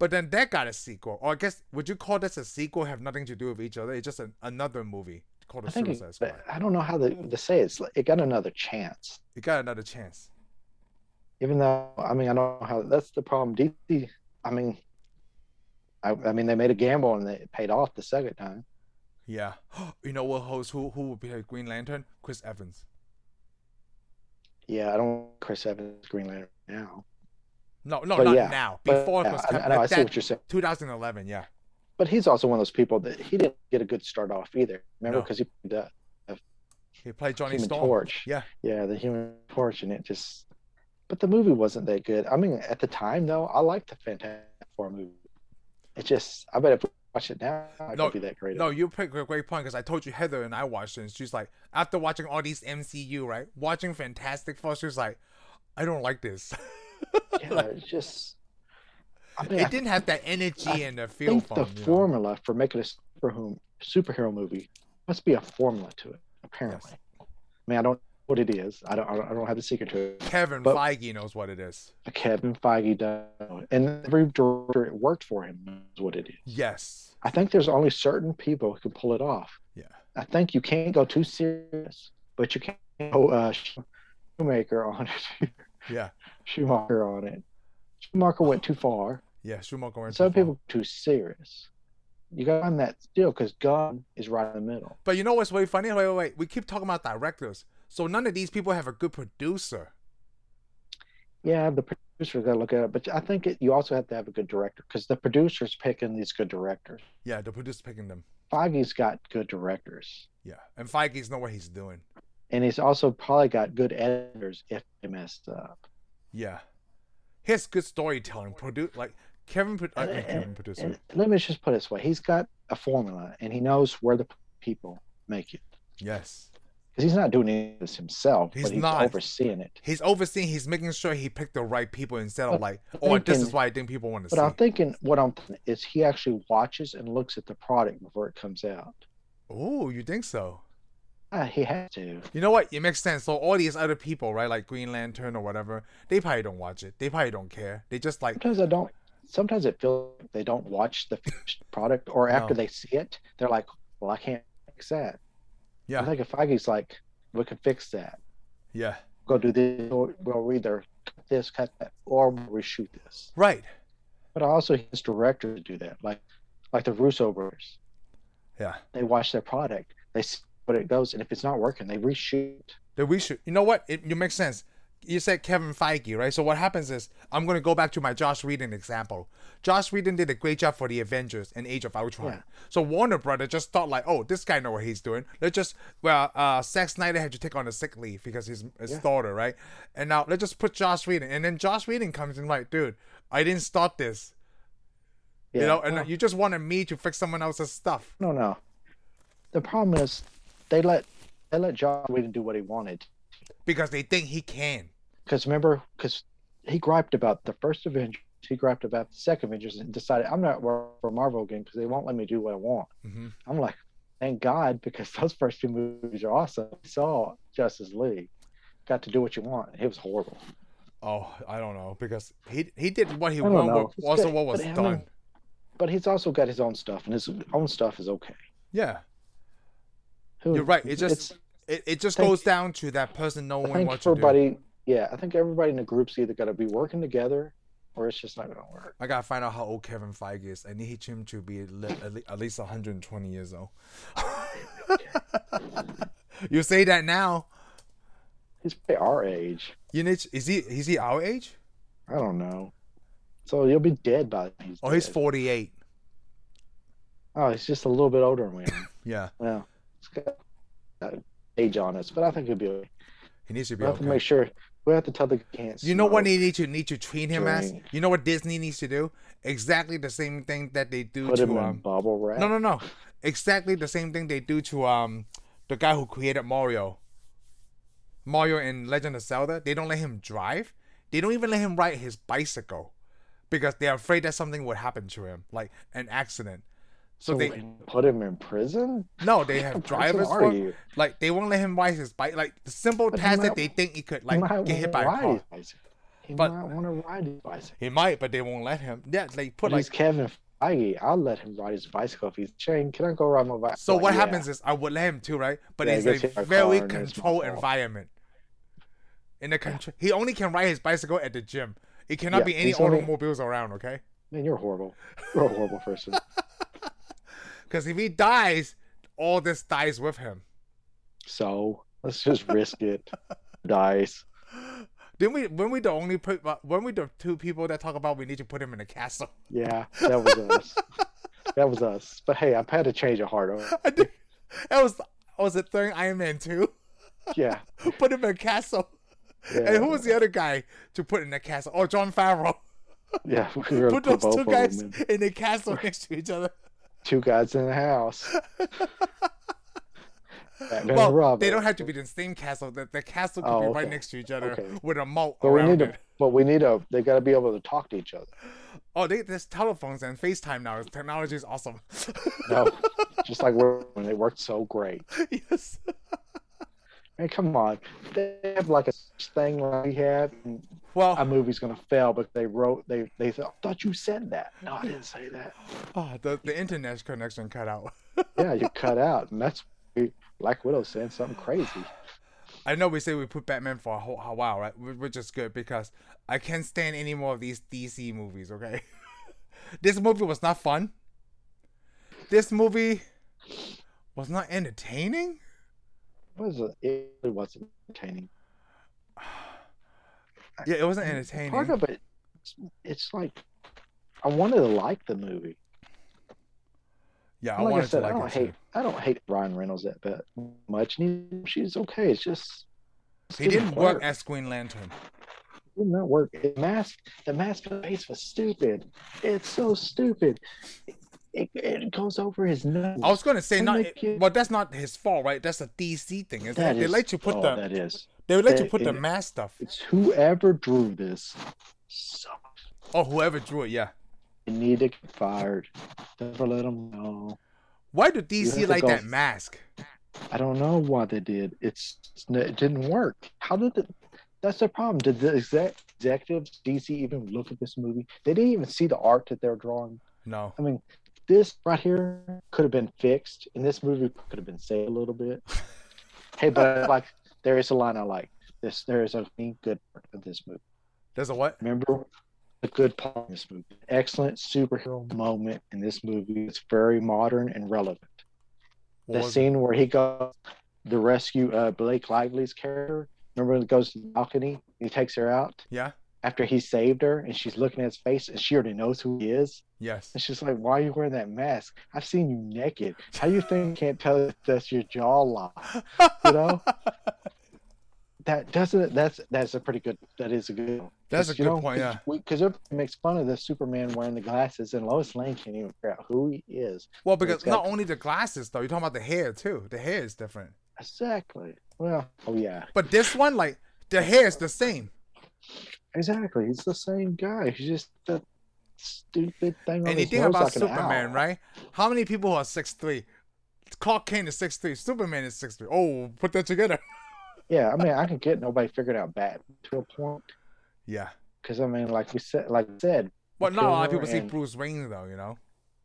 [SPEAKER 1] But then that got a sequel. Or I guess, would you call this a sequel? Have nothing to do with each other. It's just an, another movie called The
[SPEAKER 2] I think.
[SPEAKER 1] Suicide
[SPEAKER 2] It,
[SPEAKER 1] Squad.
[SPEAKER 2] I don't know how they, they say it. it's. Like, it got another chance.
[SPEAKER 1] It got another chance.
[SPEAKER 2] Even though I mean I don't know how that's the problem. DC. I mean, I, I mean they made a gamble and it paid off the second time.
[SPEAKER 1] Yeah. You know what host who who would be the Green Lantern? Chris Evans.
[SPEAKER 2] Yeah, I don't want Chris Evans Green Lantern now.
[SPEAKER 1] No, no,
[SPEAKER 2] But
[SPEAKER 1] not
[SPEAKER 2] yeah,
[SPEAKER 1] now.
[SPEAKER 2] But,
[SPEAKER 1] Before it
[SPEAKER 2] yeah,
[SPEAKER 1] was
[SPEAKER 2] I, I know, I see what you're saying.
[SPEAKER 1] 2011, yeah.
[SPEAKER 2] But he's also one of those people that he didn't get a good start off either. Remember,
[SPEAKER 1] No.
[SPEAKER 2] because he played
[SPEAKER 1] He played
[SPEAKER 2] the
[SPEAKER 1] Johnny
[SPEAKER 2] Human
[SPEAKER 1] Storm.
[SPEAKER 2] Torch.
[SPEAKER 1] Yeah.
[SPEAKER 2] Yeah, the Human Torch, and it just. But the movie wasn't that good. I mean, at the time though, I liked the Fantastic Four movie. It just, I bet if we watch it now, it might
[SPEAKER 1] No,
[SPEAKER 2] not be that great.
[SPEAKER 1] No, you picked a great point because I told you Heather and I watched it, and she's like, after watching all these MCU, right? Watching Fantastic Four, she was like, I don't like this.
[SPEAKER 2] yeah, it's just. I mean,
[SPEAKER 1] it
[SPEAKER 2] I
[SPEAKER 1] didn't have that energy
[SPEAKER 2] I
[SPEAKER 1] and the feel
[SPEAKER 2] think
[SPEAKER 1] for
[SPEAKER 2] the
[SPEAKER 1] it, you know?
[SPEAKER 2] formula for making a superhero superhero movie must be a formula to it. Apparently, I mean, I don't know what it is. I don't. I don't, I don't have the secret to it.
[SPEAKER 1] Kevin
[SPEAKER 2] but-
[SPEAKER 1] Feige knows what it is.
[SPEAKER 2] But Kevin Feige does, and every director it worked for him knows what it is.
[SPEAKER 1] Yes.
[SPEAKER 2] I think there's only certain people who can pull it off.
[SPEAKER 1] Yeah.
[SPEAKER 2] I think you can't go too serious, but you can't go uh, Shoemaker on it.
[SPEAKER 1] Yeah.
[SPEAKER 2] Schumacher on it. Schumacher went too far.
[SPEAKER 1] Yeah. Schumacher went
[SPEAKER 2] Some
[SPEAKER 1] too far.
[SPEAKER 2] people too serious. You got on that still because gun is right in the middle.
[SPEAKER 1] But you know what's really funny? Wait, wait, wait. We keep talking about directors. So none of these people have a good producer.
[SPEAKER 2] Yeah, the producer got to look at it, but I think it, you also have to have a good director because the producer's picking these good directors.
[SPEAKER 1] Yeah, the producer picking them.
[SPEAKER 2] Foggy's got good directors,
[SPEAKER 1] Yeah. And Feige's know what he's doing.
[SPEAKER 2] and he's also probably got good editors if they messed up.
[SPEAKER 1] Yeah. He has good storytelling. Produ- like Kevin, pro- uh,
[SPEAKER 2] And-
[SPEAKER 1] not Kevin producer.
[SPEAKER 2] And let me just put it this way: he's got a formula, and he knows where the people make it
[SPEAKER 1] Yes.
[SPEAKER 2] because he's not doing any of this himself,
[SPEAKER 1] He's
[SPEAKER 2] but he's
[SPEAKER 1] not.
[SPEAKER 2] overseeing it.
[SPEAKER 1] He's overseeing, he's making sure he picked the right people instead of
[SPEAKER 2] But
[SPEAKER 1] like,
[SPEAKER 2] I'm
[SPEAKER 1] oh, this
[SPEAKER 2] thinking-
[SPEAKER 1] is why I think people want to
[SPEAKER 2] But
[SPEAKER 1] see.
[SPEAKER 2] I'm thinking what I'm thinking is he actually watches and looks at the product before it comes out.
[SPEAKER 1] oh, you think so?
[SPEAKER 2] Ah, he has to.
[SPEAKER 1] You know what? It makes sense. So all these other people, right, like Green Lantern or whatever, they probably don't watch it. They probably don't care. They just like,
[SPEAKER 2] Sometimes I don't. Sometimes it feels like they don't watch the finished product, or after
[SPEAKER 1] No.
[SPEAKER 2] they see it, they're like, "Well, I can't fix that." I
[SPEAKER 1] yeah,
[SPEAKER 2] think if Feige's like, "We can fix that.
[SPEAKER 1] yeah,
[SPEAKER 2] Go do this. Or we'll either cut this, cut that, or we'll reshoot this."
[SPEAKER 1] right,
[SPEAKER 2] But I also his directors do that, like like the Russo brothers.
[SPEAKER 1] yeah.
[SPEAKER 2] They watch their product, they see what it goes, and if it's not working, they reshoot.
[SPEAKER 1] That we should. You know what? It, you make sense. You said Kevin Feige, right? So what happens is I'm going to go back to my Josh Whedon example. Josh Whedon did a great job for the Avengers and Age of Ultron.
[SPEAKER 2] Yeah.
[SPEAKER 1] So Warner Brother just thought like, oh, this guy know what he's doing. Let's just well, uh, Zack Snyder had to take on a sick leave because his his
[SPEAKER 2] Yeah.
[SPEAKER 1] daughter, right? And now let's just put Josh Whedon, and then Josh Whedon comes in like, dude, I didn't start this,
[SPEAKER 2] Yeah.
[SPEAKER 1] you know, and you just wanted me to fix someone else's stuff.
[SPEAKER 2] no, no. The problem is they let they let John Whedon do what he wanted.
[SPEAKER 1] because they think he can.
[SPEAKER 2] Because remember, because he griped about the first Avengers, he griped about the second Avengers, and decided I'm not working for Marvel again because they won't let me do what I want.
[SPEAKER 1] hmm
[SPEAKER 2] I'm like, thank God, because those first two movies are awesome. We saw Justice League, got to do what you want. It was horrible.
[SPEAKER 1] Oh, I don't know because he he did what he
[SPEAKER 2] I don't
[SPEAKER 1] wanted,
[SPEAKER 2] know.
[SPEAKER 1] but also
[SPEAKER 2] But-
[SPEAKER 1] what was
[SPEAKER 2] but I mean-
[SPEAKER 1] done.
[SPEAKER 2] But he's also got his own stuff, and his own stuff is okay.
[SPEAKER 1] Yeah,
[SPEAKER 2] Who-
[SPEAKER 1] You're right. It just-
[SPEAKER 2] it's-
[SPEAKER 1] it, it just
[SPEAKER 2] Thank-
[SPEAKER 1] goes down to that person
[SPEAKER 2] I
[SPEAKER 1] knowing
[SPEAKER 2] think
[SPEAKER 1] what to do.
[SPEAKER 2] everybody yeah, I think everybody in the group's either got to be working together, or it's just not going to work.
[SPEAKER 1] I gotta find out how old Kevin Feige is. I need him to be at le- at le- at least 120 years old. you say that now.
[SPEAKER 2] He's probably our age.
[SPEAKER 1] You need is he is he our age?
[SPEAKER 2] I don't know. So you'll be dead by then.
[SPEAKER 1] Oh, he's
[SPEAKER 2] dead.
[SPEAKER 1] 48.
[SPEAKER 2] Oh, he's just a little bit older than we are.
[SPEAKER 1] Yeah,
[SPEAKER 2] well, it's got uh, age on us, but I think it'll be. Okay.
[SPEAKER 1] he needs to be.
[SPEAKER 2] We have to
[SPEAKER 1] Okay.
[SPEAKER 2] make sure. We have to tell the kids.
[SPEAKER 1] You know what they need to need to treat him as?
[SPEAKER 2] Drink.
[SPEAKER 1] You know what Disney needs to do? Exactly the same thing that they do
[SPEAKER 2] Put
[SPEAKER 1] to
[SPEAKER 2] him in
[SPEAKER 1] um.
[SPEAKER 2] bubble wrap.
[SPEAKER 1] No, no, no. Exactly the same thing they do to um the guy who created Mario. Mario in Legend of Zelda, they don't let him drive. They don't even let him ride his bicycle because they're afraid that something would happen to him, like an accident. So,
[SPEAKER 2] So
[SPEAKER 1] they
[SPEAKER 2] we put him in prison.
[SPEAKER 1] no, they have
[SPEAKER 2] What
[SPEAKER 1] drivers
[SPEAKER 2] are
[SPEAKER 1] for
[SPEAKER 2] you?
[SPEAKER 1] like they won't let him ride his bike. Like the simple
[SPEAKER 2] But he
[SPEAKER 1] tasks that
[SPEAKER 2] might-
[SPEAKER 1] they think he could
[SPEAKER 2] He
[SPEAKER 1] like
[SPEAKER 2] might
[SPEAKER 1] get hit by
[SPEAKER 2] wanna
[SPEAKER 1] a
[SPEAKER 2] ride
[SPEAKER 1] car.
[SPEAKER 2] his bicycle. He
[SPEAKER 1] But-
[SPEAKER 2] might want to ride his bicycle.
[SPEAKER 1] He might, but they won't let him. Yeah, they put
[SPEAKER 2] But
[SPEAKER 1] like
[SPEAKER 2] he's Kevin Feige. I'll let him ride his bicycle if he's chained. Can I go ride my bicycle?
[SPEAKER 1] So
[SPEAKER 2] Like,
[SPEAKER 1] what
[SPEAKER 2] yeah.
[SPEAKER 1] happens is I would let him too, right? But
[SPEAKER 2] Yeah,
[SPEAKER 1] it's
[SPEAKER 2] he gets hit by
[SPEAKER 1] a
[SPEAKER 2] a
[SPEAKER 1] very
[SPEAKER 2] car and it's my
[SPEAKER 1] controlled
[SPEAKER 2] fault.
[SPEAKER 1] environment. In the country, he only can ride his bicycle at the gym. It cannot
[SPEAKER 2] Yeah,
[SPEAKER 1] be any
[SPEAKER 2] he's only-
[SPEAKER 1] automobiles around, okay?
[SPEAKER 2] Man, you're horrible. You're a horrible person.
[SPEAKER 1] Because if he dies, all this dies with him.
[SPEAKER 2] so let's just risk it. Dice.
[SPEAKER 1] Then we, when we the only, pe- when we the two people that talk about we need to put him in a castle.
[SPEAKER 2] Yeah, that was us. that was us. But hey, I've had a change of heart. Oh,
[SPEAKER 1] I think that was was it during Iron Man two.
[SPEAKER 2] Yeah.
[SPEAKER 1] put him in a castle.
[SPEAKER 2] yeah
[SPEAKER 1] And who was the other guy to put in a castle? Oh, John Favreau.
[SPEAKER 2] Yeah, we were
[SPEAKER 1] Put those
[SPEAKER 2] both
[SPEAKER 1] two
[SPEAKER 2] of
[SPEAKER 1] guys
[SPEAKER 2] them
[SPEAKER 1] in
[SPEAKER 2] in-
[SPEAKER 1] a castle next to each other.
[SPEAKER 2] two guys in the house. Batman
[SPEAKER 1] well,
[SPEAKER 2] and Robin.
[SPEAKER 1] they don't have to be in the same castle. The, the castle could
[SPEAKER 2] Oh,
[SPEAKER 1] be
[SPEAKER 2] okay.
[SPEAKER 1] right next to each other
[SPEAKER 2] Okay.
[SPEAKER 1] with a moat
[SPEAKER 2] But we
[SPEAKER 1] around
[SPEAKER 2] need
[SPEAKER 1] it.
[SPEAKER 2] to. But we need to. They got to be able to talk to each other.
[SPEAKER 1] Oh, they, there's telephones and FaceTime now. Technology is awesome.
[SPEAKER 2] No, just like we're, when they worked so great.
[SPEAKER 1] yes.
[SPEAKER 2] Man, come on. They have like a thing like we had. And
[SPEAKER 1] Well,
[SPEAKER 2] a movie's gonna fail, but they wrote. They they thought. Thought you said that. No, I didn't say that.
[SPEAKER 1] ah, the, the internet connection cut out.
[SPEAKER 2] Yeah, you cut out, and that's Black Widow saying something crazy.
[SPEAKER 1] I know we say we put Batman for a whole a while, right? Wh- Which is good because I can't stand any more of these DC movies. Okay, this movie was not fun. This movie was not entertaining.
[SPEAKER 2] What is it? It really wasn't entertaining.
[SPEAKER 1] Yeah, it wasn't entertaining.
[SPEAKER 2] Part of it, it's like I wanted to like the movie.
[SPEAKER 1] yeah, I
[SPEAKER 2] like I
[SPEAKER 1] wanted
[SPEAKER 2] said,
[SPEAKER 1] to
[SPEAKER 2] I
[SPEAKER 1] like
[SPEAKER 2] don't
[SPEAKER 1] it. too.
[SPEAKER 2] hate. I don't hate Ryan Reynolds that bad much. and She's okay. It's just it's
[SPEAKER 1] He didn't work
[SPEAKER 2] As-
[SPEAKER 1] as Green Lantern.
[SPEAKER 2] did not work. The mask. The mask for the face was stupid. It's so stupid. It, it goes over his nose.
[SPEAKER 1] I was gonna say
[SPEAKER 2] And
[SPEAKER 1] not,
[SPEAKER 2] they can't-
[SPEAKER 1] but that's not his fault, right? That's a DC thing. Isn't
[SPEAKER 2] That
[SPEAKER 1] it? They
[SPEAKER 2] is-
[SPEAKER 1] let you put
[SPEAKER 2] oh,
[SPEAKER 1] the
[SPEAKER 2] That is.
[SPEAKER 1] they let you
[SPEAKER 2] that
[SPEAKER 1] put the
[SPEAKER 2] is-
[SPEAKER 1] mask stuff.
[SPEAKER 2] It's whoever drew this. So
[SPEAKER 1] Oh, whoever drew it, yeah.
[SPEAKER 2] they need to get fired. Never let them know.
[SPEAKER 1] Why do
[SPEAKER 2] have
[SPEAKER 1] DC
[SPEAKER 2] to
[SPEAKER 1] like
[SPEAKER 2] go-
[SPEAKER 1] that mask?
[SPEAKER 2] I don't know why they did. It's it didn't work. How did it? That's the problem. Did the exec, executives DC even look at this movie? They didn't even see the art that they're drawing.
[SPEAKER 1] No,
[SPEAKER 2] I mean, this right here could have been fixed, and this movie could have been saved a little bit. hey, but like, there is a line I like. This there is a good part of this movie.
[SPEAKER 1] there's a what?
[SPEAKER 2] Remember the good part of this movie. Excellent superhero moment in this movie. It's very modern and relevant
[SPEAKER 1] What
[SPEAKER 2] the
[SPEAKER 1] was it?
[SPEAKER 2] scene where he goes the rescue uh, Blake Lively's character. Remember when he goes to the balcony, he takes her out
[SPEAKER 1] Yeah.
[SPEAKER 2] after he saved her, and she's looking at his face, and she already knows who he is.
[SPEAKER 1] Yes.
[SPEAKER 2] And she's like, "Why are you wearing that mask? I've seen you naked. How you think I can't tell if that's your jawline? You know that doesn't. That's that's a pretty good. That is a good.
[SPEAKER 1] That's a
[SPEAKER 2] Because, you
[SPEAKER 1] good
[SPEAKER 2] know,
[SPEAKER 1] point. Yeah.
[SPEAKER 2] Because everybody makes fun of the Superman wearing the glasses, and Lois Lane can't even figure out who he is.
[SPEAKER 1] Well, because
[SPEAKER 2] it's got-
[SPEAKER 1] not only the glasses though, you're talking about the hair too. The hair is different.
[SPEAKER 2] Exactly. Well, oh yeah,
[SPEAKER 1] But this one, like the hair is the same.
[SPEAKER 2] Exactly. He's the same guy. He's just that stupid thing on
[SPEAKER 1] And you
[SPEAKER 2] his
[SPEAKER 1] think
[SPEAKER 2] nose
[SPEAKER 1] about
[SPEAKER 2] like an
[SPEAKER 1] Superman,
[SPEAKER 2] owl.
[SPEAKER 1] right? How many people are six three? Clark Kane is six three. Superman is six three. Oh, put that together.
[SPEAKER 2] Yeah, I mean, I can get nobody figured out bat to a point.
[SPEAKER 1] Yeah.
[SPEAKER 2] Because, I mean, like we said, like I said,
[SPEAKER 1] But not a lot of
[SPEAKER 2] Kilmer
[SPEAKER 1] people see
[SPEAKER 2] and-
[SPEAKER 1] Bruce Wayne though, you know.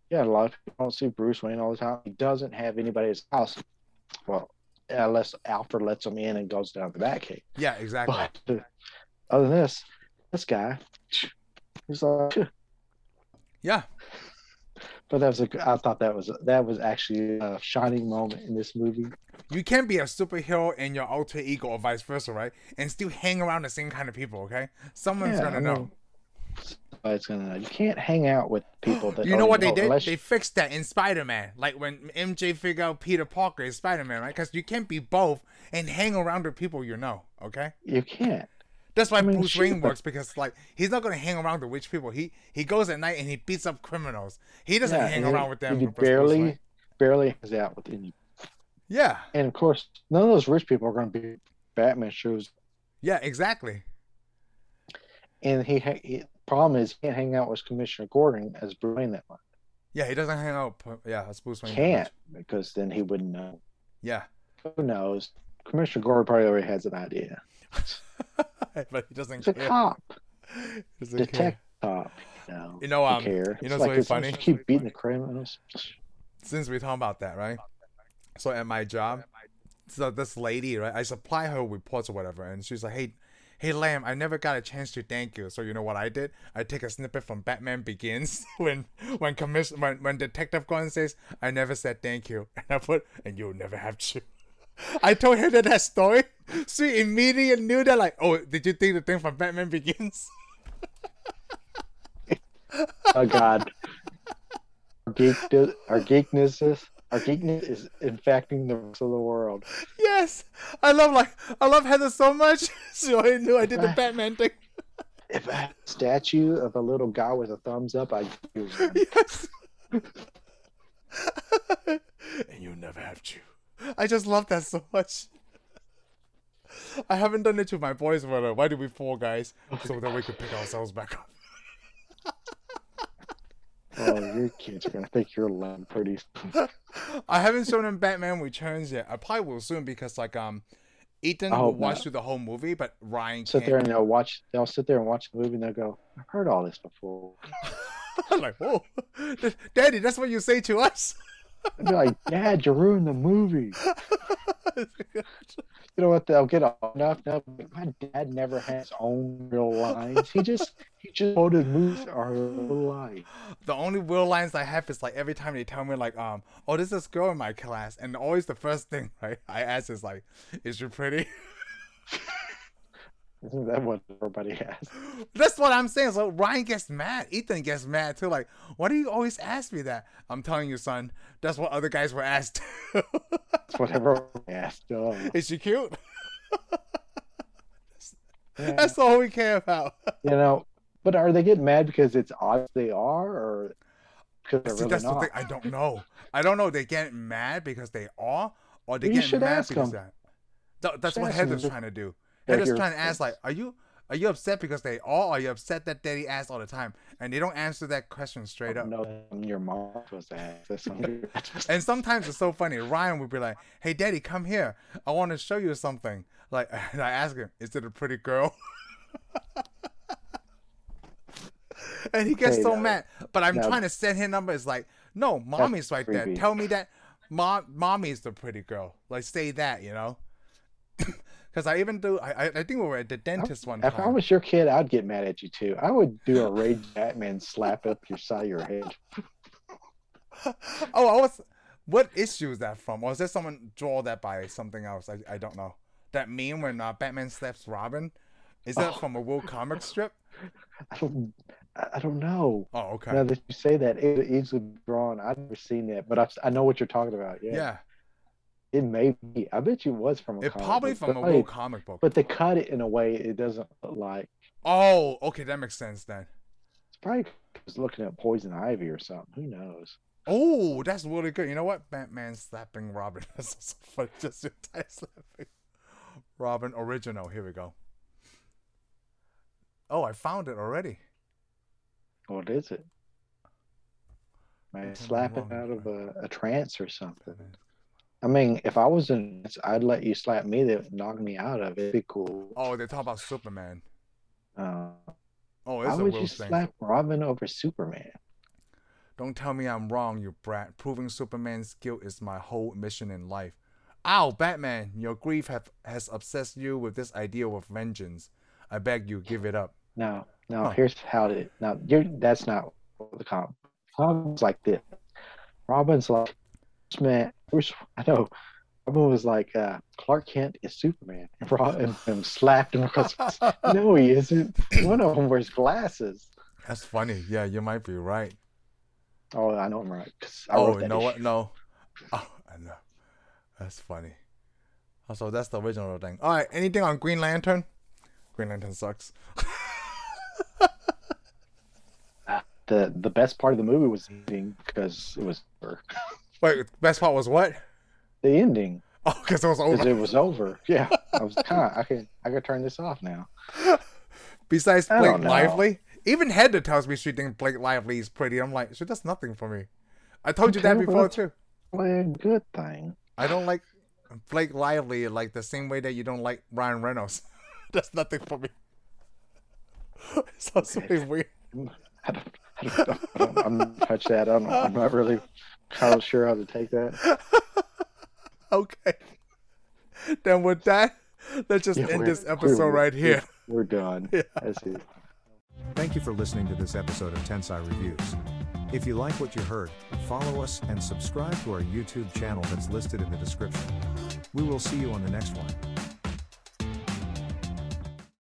[SPEAKER 2] yeah, a lot of people don't see Bruce Wayne all the time. He doesn't have anybody at his house. Well, unless Alfred lets him in and goes down the back cave.
[SPEAKER 1] Yeah, exactly.
[SPEAKER 2] But uh, other than this, this guy, he's like,
[SPEAKER 1] Yeah,
[SPEAKER 2] but that was a, g- I thought that was that was actually a shining moment in this movie.
[SPEAKER 1] you can be a superhero and your alter ego or vice versa, right? And still hang around the same kind of people, okay? Someone's
[SPEAKER 2] Yeah,
[SPEAKER 1] gonna
[SPEAKER 2] I
[SPEAKER 1] know.
[SPEAKER 2] mean, But it's gonna you can't hang out with people that
[SPEAKER 1] You know what
[SPEAKER 2] already
[SPEAKER 1] they did?
[SPEAKER 2] unless
[SPEAKER 1] They fixed that in Spider Man. Like when MJ figured out Peter Parker is Spider Man, right? Because you can't be both and hang around with people you know, okay?
[SPEAKER 2] you can't.
[SPEAKER 1] That's why
[SPEAKER 2] mean,
[SPEAKER 1] Bruce
[SPEAKER 2] shit.
[SPEAKER 1] Wayne works because like he's not gonna hang around with rich people. He he goes at night and he beats up criminals. He doesn't
[SPEAKER 2] Yeah,
[SPEAKER 1] hang
[SPEAKER 2] and
[SPEAKER 1] around with them.
[SPEAKER 2] He
[SPEAKER 1] with Bruce Wayne.
[SPEAKER 2] barely, barely hangs out with any.
[SPEAKER 1] Yeah.
[SPEAKER 2] And of course, none of those rich people are going to be Batman shoes.
[SPEAKER 1] Yeah. Exactly.
[SPEAKER 2] And he, ha- he problem is he can't hang out with Commissioner Gordon as Bruce Wayne that much.
[SPEAKER 1] Yeah. He doesn't hang out. with- Yeah. That's Bruce Wayne. pretty much.
[SPEAKER 2] Can't because then he wouldn't know.
[SPEAKER 1] Yeah.
[SPEAKER 2] Who knows? Commissioner Gordon probably already has an idea.
[SPEAKER 1] but he doesn't
[SPEAKER 2] He's a
[SPEAKER 1] care.
[SPEAKER 2] cop,
[SPEAKER 1] He doesn't care.
[SPEAKER 2] detective cop. You know,
[SPEAKER 1] You know,
[SPEAKER 2] Don't
[SPEAKER 1] um,
[SPEAKER 2] care.
[SPEAKER 1] you
[SPEAKER 2] It's
[SPEAKER 1] know what's
[SPEAKER 2] like,
[SPEAKER 1] really
[SPEAKER 2] as long
[SPEAKER 1] funny?
[SPEAKER 2] as you keep beating the criminals.
[SPEAKER 1] since we're talking about that, right? So at my job, so this lady, right? I supply her reports or whatever, and she's like, "Hey, hey, Lamb, I never got a chance to thank you. So you know what I did? I take a snippet from Batman Begins when when commission when when Detective Gordon says, "I never said thank you," and I put, "And you'll never have to." I told her that, that story. She immediately knew that, like, oh, did you think the thing from Batman Begins?
[SPEAKER 2] Oh God, our, geek, our geekness is our geekness is infecting the rest of the world.
[SPEAKER 1] yes, I love like I love Heather so much. She already knew I did the
[SPEAKER 2] Right.
[SPEAKER 1] Batman thing.
[SPEAKER 2] If I had a statue of a little guy with a thumbs up, I'd use one.
[SPEAKER 1] yes. and you'll never have to. I just love that so much. I haven't done it to my boys, but uh, why do we fall, guys? So that we could pick ourselves back up.
[SPEAKER 2] Oh, your kids are gonna think you're lame pretty soon.
[SPEAKER 1] I haven't shown him Batman Returns yet. I probably will soon because, like, um, Ethan
[SPEAKER 2] I
[SPEAKER 1] will
[SPEAKER 2] hope
[SPEAKER 1] watch
[SPEAKER 2] not.
[SPEAKER 1] through the whole movie, but Ryan
[SPEAKER 2] Sit there
[SPEAKER 1] can't.
[SPEAKER 2] and they'll watch. They'll sit there and watch the movie, and they'll go, "I've heard all this before."
[SPEAKER 1] I'm like, whoa, Daddy, that's what you say to us.
[SPEAKER 2] I'd be like, "Dad, you ruined the movie." You know what? They'll get off enough. Now, my dad never has his own real lines. He just he just quoted movies are real lines.
[SPEAKER 1] The only real lines I have is like every time they tell me like, um, oh, there's this girl in my class, and always the first thing right I ask is like, is she pretty?
[SPEAKER 2] Isn't that what everybody has?
[SPEAKER 1] That's what I'm saying. So Ryan gets mad, Ethan gets mad too. Like, why do you always ask me that? I'm telling you, son, that's what other guys were asked.
[SPEAKER 2] It's what everyone has. Oh,
[SPEAKER 1] is she cute?
[SPEAKER 2] yeah.
[SPEAKER 1] That's all we care about.
[SPEAKER 2] you know, but are they getting mad because it's obvious they are, or because they're
[SPEAKER 1] See,
[SPEAKER 2] really
[SPEAKER 1] that's
[SPEAKER 2] not?
[SPEAKER 1] the thing. I don't know. I don't know. They get mad because they are, or they
[SPEAKER 2] You
[SPEAKER 1] get
[SPEAKER 2] should
[SPEAKER 1] mad
[SPEAKER 2] ask
[SPEAKER 1] because
[SPEAKER 2] them.
[SPEAKER 1] that. Th- that's
[SPEAKER 2] should
[SPEAKER 1] what
[SPEAKER 2] ask them
[SPEAKER 1] Heather's
[SPEAKER 2] if-
[SPEAKER 1] trying to do.
[SPEAKER 2] if
[SPEAKER 1] Heather's
[SPEAKER 2] you're-
[SPEAKER 1] trying to ask, like, are you are you upset because they are? Or are you upset that daddy asked all the time? And they don't answer that question straight up.
[SPEAKER 2] Oh, No, your mom was that. That's something you're supposed to-
[SPEAKER 1] And sometimes it's so funny. Ryan would be like, "Hey, daddy, come here. I want to show you something." Like, and I ask him, "Is it a pretty girl?" and he gets
[SPEAKER 2] Okay,
[SPEAKER 1] so
[SPEAKER 2] now-
[SPEAKER 1] mad. But I'm
[SPEAKER 2] now-
[SPEAKER 1] trying to send him number. It's like, no, mommy's right there.
[SPEAKER 2] creepy.
[SPEAKER 1] Tell me that, mom, mommy's the pretty girl. Like, say that, you know. Because I even do. I, I I think we were at the dentist one
[SPEAKER 2] If I
[SPEAKER 1] time.
[SPEAKER 2] was your kid, I'd get mad at you too. I would do a rage Batman slap up your side of your head.
[SPEAKER 1] oh, I was. What issue is that from? Or is there someone draw that by something else? I, I don't know. That meme when uh, Batman slaps Robin, is that
[SPEAKER 2] Oh.
[SPEAKER 1] from a Will comic strip?
[SPEAKER 2] I don't, I I don't know.
[SPEAKER 1] Oh, okay.
[SPEAKER 2] Now that you say that, it would easily be drawn. I've never seen that, but I've, I know what you're talking about. Yeah,
[SPEAKER 1] yeah.
[SPEAKER 2] it may be. I bet you it was from a
[SPEAKER 1] it
[SPEAKER 2] comic
[SPEAKER 1] probably
[SPEAKER 2] book,
[SPEAKER 1] from a
[SPEAKER 2] but-
[SPEAKER 1] Will comic book.
[SPEAKER 2] but they cut it in a way it doesn't look like.
[SPEAKER 1] oh, okay, that makes sense then.
[SPEAKER 2] It's probably 'cause it's looking at poison ivy or something. Who knows?
[SPEAKER 1] Oh, that's really good. You know what? Batman slapping Robin. That's so funny. Just the entire slapping. Robin original. Here we go. Oh, I found it already.
[SPEAKER 2] What is it? Man,
[SPEAKER 1] Depends on
[SPEAKER 2] slapping
[SPEAKER 1] what,
[SPEAKER 2] out of
[SPEAKER 1] right?
[SPEAKER 2] a, a trance or something. I mean, if I was in, trance, I'd let you slap me. That would knock me out of it. It'd be cool.
[SPEAKER 1] Oh, they talk about Superman.
[SPEAKER 2] Uh,
[SPEAKER 1] Oh, it's
[SPEAKER 2] why
[SPEAKER 1] a
[SPEAKER 2] would
[SPEAKER 1] Will
[SPEAKER 2] you
[SPEAKER 1] thing.
[SPEAKER 2] slap Robin over Superman?
[SPEAKER 1] Don't tell me I'm wrong, you brat. Proving Superman's guilt is my whole mission in life. Ow, Batman, your grief have, has obsessed you with this idea of vengeance. I beg you, give it up.
[SPEAKER 2] No, no.
[SPEAKER 1] Huh.
[SPEAKER 2] Here's how it. No, you. That's not what the comic. Robin's like this. Robin's like, man. who's- I know. Robin was like, uh, Clark Kent is Superman, and Robin and slapped him across. the face. no, he isn't. One of them wears glasses.
[SPEAKER 1] That's funny. Yeah, you might be right.
[SPEAKER 2] Oh, I know I'm right. 'cause I
[SPEAKER 1] Oh,
[SPEAKER 2] wrote
[SPEAKER 1] you
[SPEAKER 2] that
[SPEAKER 1] know what?
[SPEAKER 2] issue.
[SPEAKER 1] No. Oh, I know. That's funny. Also, that's the original thing. All right, anything on Green Lantern? Green Lantern sucks.
[SPEAKER 2] The the best part of the movie was the ending because it was over.
[SPEAKER 1] Wait, best part was what?
[SPEAKER 2] the ending
[SPEAKER 1] Oh, because it was
[SPEAKER 2] because
[SPEAKER 1] over.
[SPEAKER 2] it was over. Yeah, I was kind. I can I could turn this off now.
[SPEAKER 1] Besides
[SPEAKER 2] I
[SPEAKER 1] Blake
[SPEAKER 2] don't know.
[SPEAKER 1] Lively, even Heather tells me she thinks Blake Lively is pretty. I'm like, she does nothing for me. I told you that
[SPEAKER 2] Okay,
[SPEAKER 1] before
[SPEAKER 2] well-
[SPEAKER 1] too.
[SPEAKER 2] Well, good thing.
[SPEAKER 1] I don't like Blake Lively like the same way that you don't like Ryan Reynolds. That's nothing for me. it's also
[SPEAKER 2] Okay.
[SPEAKER 1] weird.
[SPEAKER 2] I don't, I don't, know. I don't, I'm not touch that. I don't, I'm not really kind of sure how to take that.
[SPEAKER 1] Okay. Then with that, let's just
[SPEAKER 2] Yeah,
[SPEAKER 1] end
[SPEAKER 2] we're-
[SPEAKER 1] this episode
[SPEAKER 2] we're-
[SPEAKER 1] right here.
[SPEAKER 2] We're done.
[SPEAKER 1] Yeah.
[SPEAKER 2] That's it.
[SPEAKER 3] Thank you for listening to this episode of Tensai Reviews. If you like what you heard, follow us and subscribe to our YouTube channel that's listed in the description. We will see you on the next one.